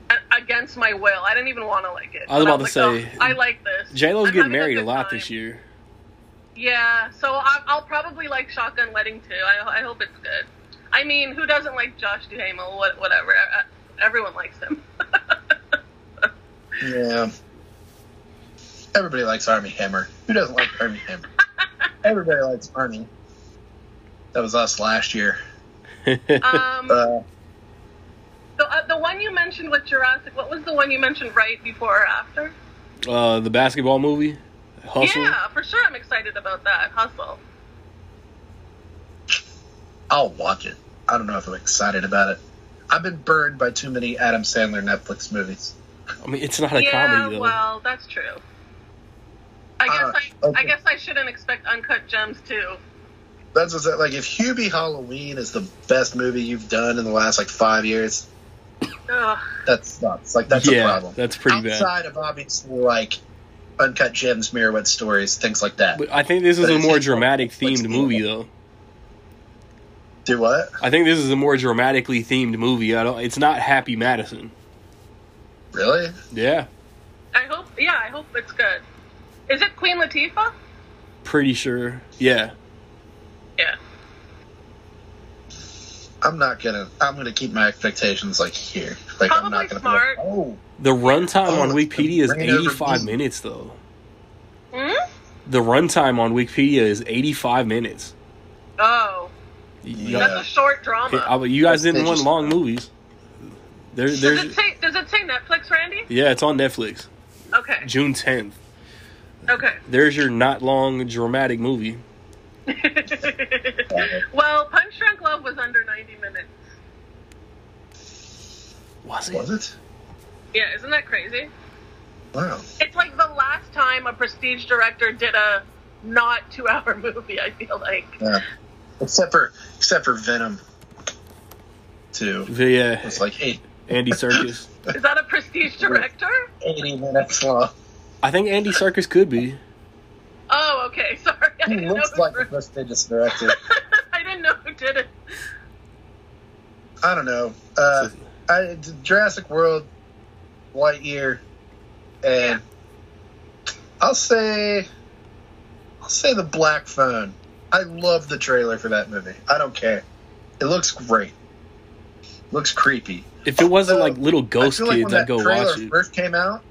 Speaker 2: a- against my will. I didn't even want to like it.
Speaker 1: I was
Speaker 2: But
Speaker 1: about to
Speaker 2: like,
Speaker 1: say,
Speaker 2: "Oh, I like this.
Speaker 1: J Lo's
Speaker 2: I'm
Speaker 1: getting
Speaker 2: having
Speaker 1: married a
Speaker 2: good
Speaker 1: lot
Speaker 2: time.
Speaker 1: this year.
Speaker 2: Yeah, so I'll, I'll probably like Shotgun Wedding too. I, I hope it's good. I mean, who doesn't like Josh Duhamel? What, whatever. I, I- everyone likes him.
Speaker 3: Yeah. Everybody likes Army Hammer. Who doesn't like Army Hammer? Everybody likes Army. That was us last year.
Speaker 2: um,
Speaker 3: Uh,
Speaker 2: the uh, the one you mentioned with Jurassic. What was the one you mentioned right before or after?
Speaker 1: Uh, the basketball movie, Hustle.
Speaker 2: Yeah, for sure. I'm excited about that. Hustle.
Speaker 3: I'll watch it. I don't know if I'm excited about it. I've been burned by too many Adam Sandler Netflix movies.
Speaker 1: I mean, it's not a
Speaker 2: yeah,
Speaker 1: comedy though.
Speaker 2: well, that's true. I guess
Speaker 3: Uh,
Speaker 2: I, I
Speaker 3: okay.
Speaker 2: guess I shouldn't expect uncut gems too.
Speaker 3: That's what's like if Hubie Halloween is the best movie you've done in the last like five years,
Speaker 2: Ugh.
Speaker 3: that sucks. Like that's
Speaker 1: yeah,
Speaker 3: a problem.
Speaker 1: that's pretty bad.
Speaker 3: Outside of obviously like uncut gems, mirror wet stories, things like that.
Speaker 1: But I think this is
Speaker 3: But
Speaker 1: a
Speaker 3: it's
Speaker 1: more
Speaker 3: just-
Speaker 1: dramatic themed
Speaker 3: it's-
Speaker 1: movie though.
Speaker 3: Do what?
Speaker 1: I think this is a more dramatically themed movie. I don't. It's not Happy Madison.
Speaker 3: Really?
Speaker 1: Yeah,
Speaker 2: I hope. Yeah, I hope it's good. Is it Queen Latifah?
Speaker 1: pretty sure. Yeah,
Speaker 2: Yeah.
Speaker 3: I'm not gonna. I'm gonna keep my expectations like here. Like I'm
Speaker 2: Probably
Speaker 3: not gonna. be
Speaker 2: smart.
Speaker 3: Like, oh,
Speaker 1: the runtime
Speaker 3: Oh,
Speaker 1: on
Speaker 3: it's
Speaker 1: Wikipedia is
Speaker 3: bringing over
Speaker 1: eighty-five
Speaker 3: me.
Speaker 1: minutes though.
Speaker 2: Hmm.
Speaker 1: The runtime on Wikipedia is eighty-five minutes.
Speaker 2: Oh,
Speaker 1: You,
Speaker 2: that's
Speaker 3: Yeah.
Speaker 2: a short drama.
Speaker 1: I- you guys didn't
Speaker 3: They
Speaker 1: want
Speaker 3: just-
Speaker 1: long movies. There,
Speaker 2: does it
Speaker 1: there's
Speaker 2: say Does it say Netflix, Randy?
Speaker 1: yeah, it's on Netflix.
Speaker 2: Okay.
Speaker 1: June tenth.
Speaker 2: Okay.
Speaker 1: There's your not long dramatic movie.
Speaker 2: well, Punch Drunk Love was under ninety minutes.
Speaker 1: Was it?
Speaker 3: was it?
Speaker 2: Yeah, isn't that crazy?
Speaker 3: Wow.
Speaker 2: It's like the last time a prestige director did a not two hour movie. I feel like.
Speaker 3: Yeah. Except for except for Venom. Two.
Speaker 1: The, uh,
Speaker 3: It's like eight,
Speaker 1: Andy Circus.
Speaker 2: Is that a prestige director?
Speaker 3: 80 minutes long.
Speaker 1: I think Andy Circus could be.
Speaker 2: Oh, okay. Sorry. I
Speaker 3: He
Speaker 2: didn't, know
Speaker 3: looks
Speaker 2: who,
Speaker 3: like a prestigious director.
Speaker 2: I didn't know who did it.
Speaker 3: I don't know. Uh, I, Jurassic World, Lightyear, and I'll say, I'll say the Black Phone. I love the trailer for that movie. I don't care. It looks great. Looks creepy.
Speaker 1: If it wasn't like little
Speaker 3: uh, I
Speaker 1: ghost
Speaker 3: feel like
Speaker 1: kids,
Speaker 3: when
Speaker 1: I'd go
Speaker 3: that trailer
Speaker 1: watch it.
Speaker 3: first came out,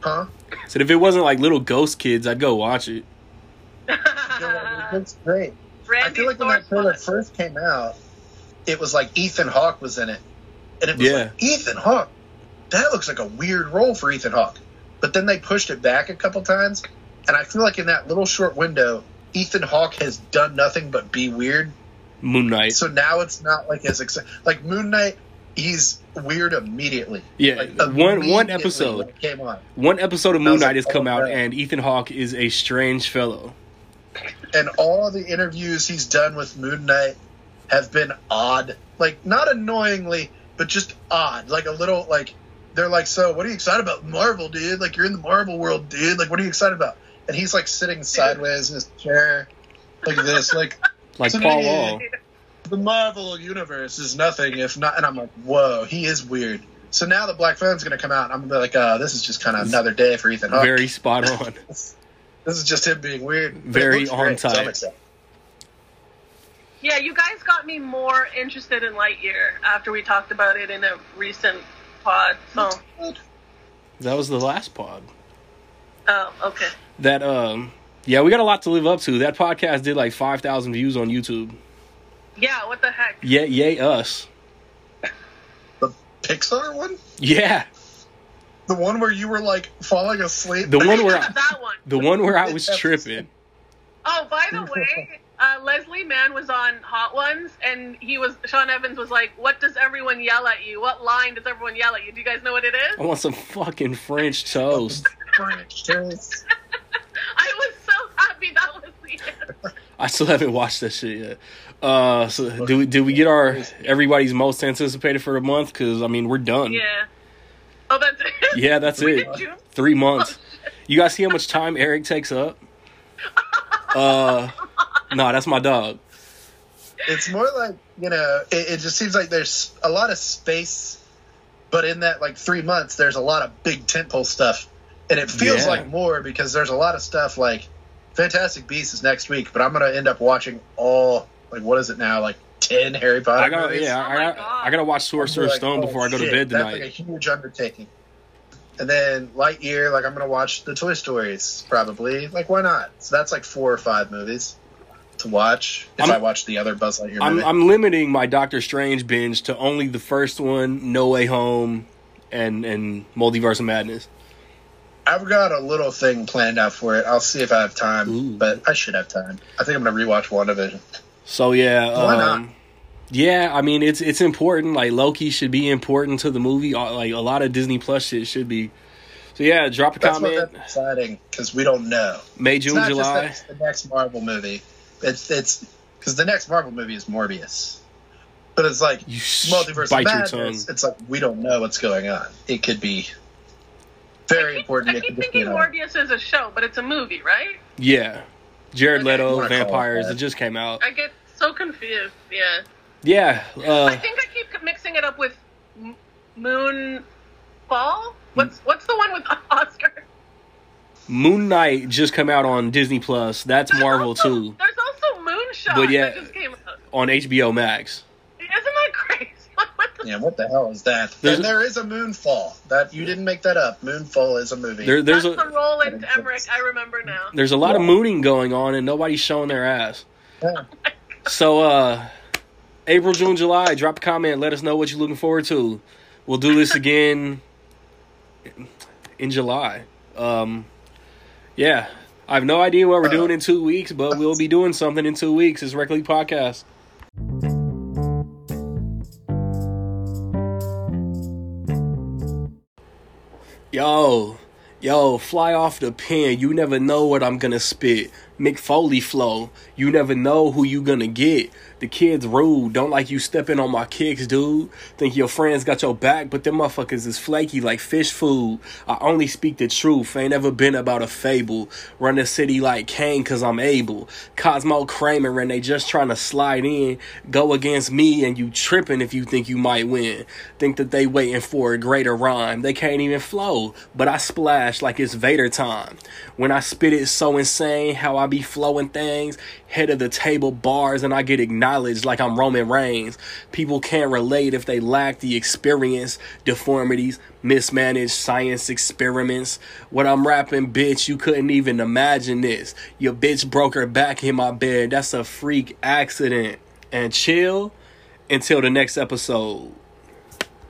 Speaker 3: huh?
Speaker 1: Said if it wasn't like little ghost kids, I'd go watch it.
Speaker 3: It looks great. I
Speaker 2: Randy
Speaker 3: feel like when that trailer first came out, it was like Ethan Hawke was in it, and it was
Speaker 1: Yeah.
Speaker 3: like Ethan Hawke. That looks like a weird role for Ethan Hawke. But then they pushed it back a couple times, and I feel like in that little short window, Ethan Hawke has done nothing but be weird.
Speaker 1: Moon Knight.
Speaker 3: So now it's not like as exci- like Moon Knight. He's weird immediately.
Speaker 1: Yeah,
Speaker 3: Like,
Speaker 1: one one
Speaker 3: immediately when
Speaker 1: episode,
Speaker 3: it came on,
Speaker 1: one episode of Moon
Speaker 3: was
Speaker 1: Knight
Speaker 3: like,
Speaker 1: has come
Speaker 3: oh,
Speaker 1: out,
Speaker 3: yeah.
Speaker 1: and Ethan Hawke is a strange fellow.
Speaker 3: and all the interviews he's done with Moon Knight have been odd, like not annoyingly, but just odd, like a little like they're like, so what are you excited about Marvel, dude? Like you're in the Marvel world, dude. Like what are you excited about? And he's like sitting sideways in his chair, like this, like
Speaker 1: Like
Speaker 3: So
Speaker 1: Paul
Speaker 3: maybe-
Speaker 1: Wall.
Speaker 3: the Marvel universe is nothing if not. And I'm like, whoa, he is weird. So now the Black Phone's gonna come out, and I'm gonna be like, uh, this is just kind of another day for Ethan Hawke.
Speaker 1: Very spot on.
Speaker 3: this is just him being weird. But it
Speaker 1: Very
Speaker 3: looks
Speaker 1: on
Speaker 3: great, so I'm
Speaker 1: time.
Speaker 3: excited.
Speaker 2: Yeah, you guys got me more interested in Lightyear after we talked about it in a recent pod. So,
Speaker 1: That was the last pod.
Speaker 2: oh, okay.
Speaker 1: That um, yeah, we got a lot to live up to. That podcast did like five thousand views on YouTube.
Speaker 2: Yeah, what the heck?
Speaker 1: Yeah, yay us.
Speaker 3: The Pixar one?
Speaker 1: Yeah,
Speaker 3: The one where you were like falling asleep.
Speaker 1: the one where I,
Speaker 2: that one.
Speaker 1: the one where I was tripping.
Speaker 2: Oh, by the way, uh, Leslie Mann was on Hot Ones, and he was Sean Evans was like, "What does everyone yell at you? What line does everyone yell at you? Do you guys know what it is?"
Speaker 1: I want some fucking French toast.
Speaker 3: French toast.
Speaker 2: I was so happy that was the answer.
Speaker 1: I still haven't watched that shit yet. Uh, so do we do we get our everybody's most anticipated for the month? Because I mean, we're done.
Speaker 2: Yeah. Oh, that's it.
Speaker 1: Yeah, that's it.
Speaker 2: June?
Speaker 1: Three months. You guys see how much time Eric takes up? Uh, no, that's my dog.
Speaker 3: It's more like you know, it, it just seems like there's a lot of space, but in that like three months, there's a lot of big tentpole stuff, and it feels
Speaker 1: Yeah.
Speaker 3: like more because there's a lot of stuff like Fantastic Beasts is next week, but I'm gonna end up watching all like what is it now like ten Harry Potter?
Speaker 1: I got
Speaker 3: movies?
Speaker 1: yeah.
Speaker 2: Oh
Speaker 1: I,
Speaker 2: my
Speaker 1: got,
Speaker 2: God.
Speaker 1: I gotta watch Sorcerer's
Speaker 3: Like,
Speaker 1: Stone
Speaker 3: oh,
Speaker 1: before I go to
Speaker 3: shit,
Speaker 1: bed
Speaker 3: that's
Speaker 1: tonight.
Speaker 3: Like a huge undertaking. And then Lightyear, like I'm gonna watch the Toy Stories probably. Like why not? So that's like four or five movies to watch if
Speaker 1: I'm-
Speaker 3: i watch the other Buzz Lightyear
Speaker 1: I'm
Speaker 3: movie.
Speaker 1: I'm limiting my Doctor Strange binge to only the first one, No Way Home, and and Multiverse of Madness.
Speaker 3: I've got a little thing planned out for it. I'll see if I have time,
Speaker 1: Ooh.
Speaker 3: but I should have time. I think I'm gonna rewatch WandaVision.
Speaker 1: So yeah, um,
Speaker 3: Why not?
Speaker 1: Yeah, I mean it's it's important. Like Loki should be important to the movie. Uh, Like a lot of Disney Plus shit should be. So yeah, drop a
Speaker 3: That's
Speaker 1: comment.
Speaker 3: what that's exciting because we don't know.
Speaker 1: May
Speaker 3: It's
Speaker 1: June
Speaker 3: not just that
Speaker 1: July.
Speaker 3: it's the next Marvel movie. It's it's because the next Marvel movie is Morbius, but it's like
Speaker 1: You sh-
Speaker 3: multiverse of
Speaker 1: bite your
Speaker 3: madness,
Speaker 1: tongue.
Speaker 3: it's like we don't know what's going on. It could be very important.
Speaker 2: I
Speaker 3: It could
Speaker 2: keep
Speaker 3: just be
Speaker 2: thinking
Speaker 3: an-
Speaker 2: Morbius is a show, but it's a movie, right?
Speaker 1: Yeah, Jared
Speaker 2: Okay,
Speaker 3: you
Speaker 1: Leto,
Speaker 3: wanna call it
Speaker 1: vampires.
Speaker 3: that.
Speaker 1: It just came out.
Speaker 2: I get so confused. Yeah,
Speaker 1: Yeah,
Speaker 2: I
Speaker 1: uh,
Speaker 2: think I keep mixing it up with M- Moon Fall. What's what's the one with Oscar?
Speaker 1: Moon Knight just come out on Disney Plus. That's
Speaker 2: There's
Speaker 1: Marvel
Speaker 2: also-
Speaker 1: too
Speaker 2: There's also Moonshot
Speaker 1: But yeah.
Speaker 2: that just came out.
Speaker 1: on HBO Max.
Speaker 2: Isn't that crazy? What the
Speaker 3: yeah, what the hell is that?
Speaker 1: There's-
Speaker 3: and there is a Moonfall. That you didn't make that up. Moonfall is a movie.
Speaker 1: There, there's
Speaker 2: That's
Speaker 1: a
Speaker 2: the Roland Emmerich. I remember now.
Speaker 1: there's a lot of mooning going on and nobody's showing their ass.
Speaker 3: Yeah.
Speaker 1: So uh April, June, July, drop a comment. Let us know what you're looking forward to. We'll do this again in July. Um Yeah. I have no idea what we're doing in two weeks, but we'll be doing something in two weeks. It's Reckley Podcast. Yo, yo, fly off the pen. You never know what I'm gonna spit. Mick Foley flow. You never know who you gonna get. The kid's rude. Don't like you stepping on my kicks, dude. Think your friends got your back, but them motherfuckers is flaky like fish food. I only speak the truth. Ain't ever been about a fable. Run the city like Kane, cause I'm able. Cosmo Kramer, and they just trying to slide in. Go against me, and you tripping if you think you might win. Think that they waiting for a greater rhyme. They can't even flow, but I splash like it's Vader time. When I spit it, so insane how I be flowing things. Head of the table bars, and I get acknowledged like I'm Roman Reigns. People can't relate if they lack the experience, deformities, mismanaged science experiments. What I'm rapping, bitch, you couldn't even imagine this. Your bitch broke her back in my bed. That's a freak accident. And chill until the next episode.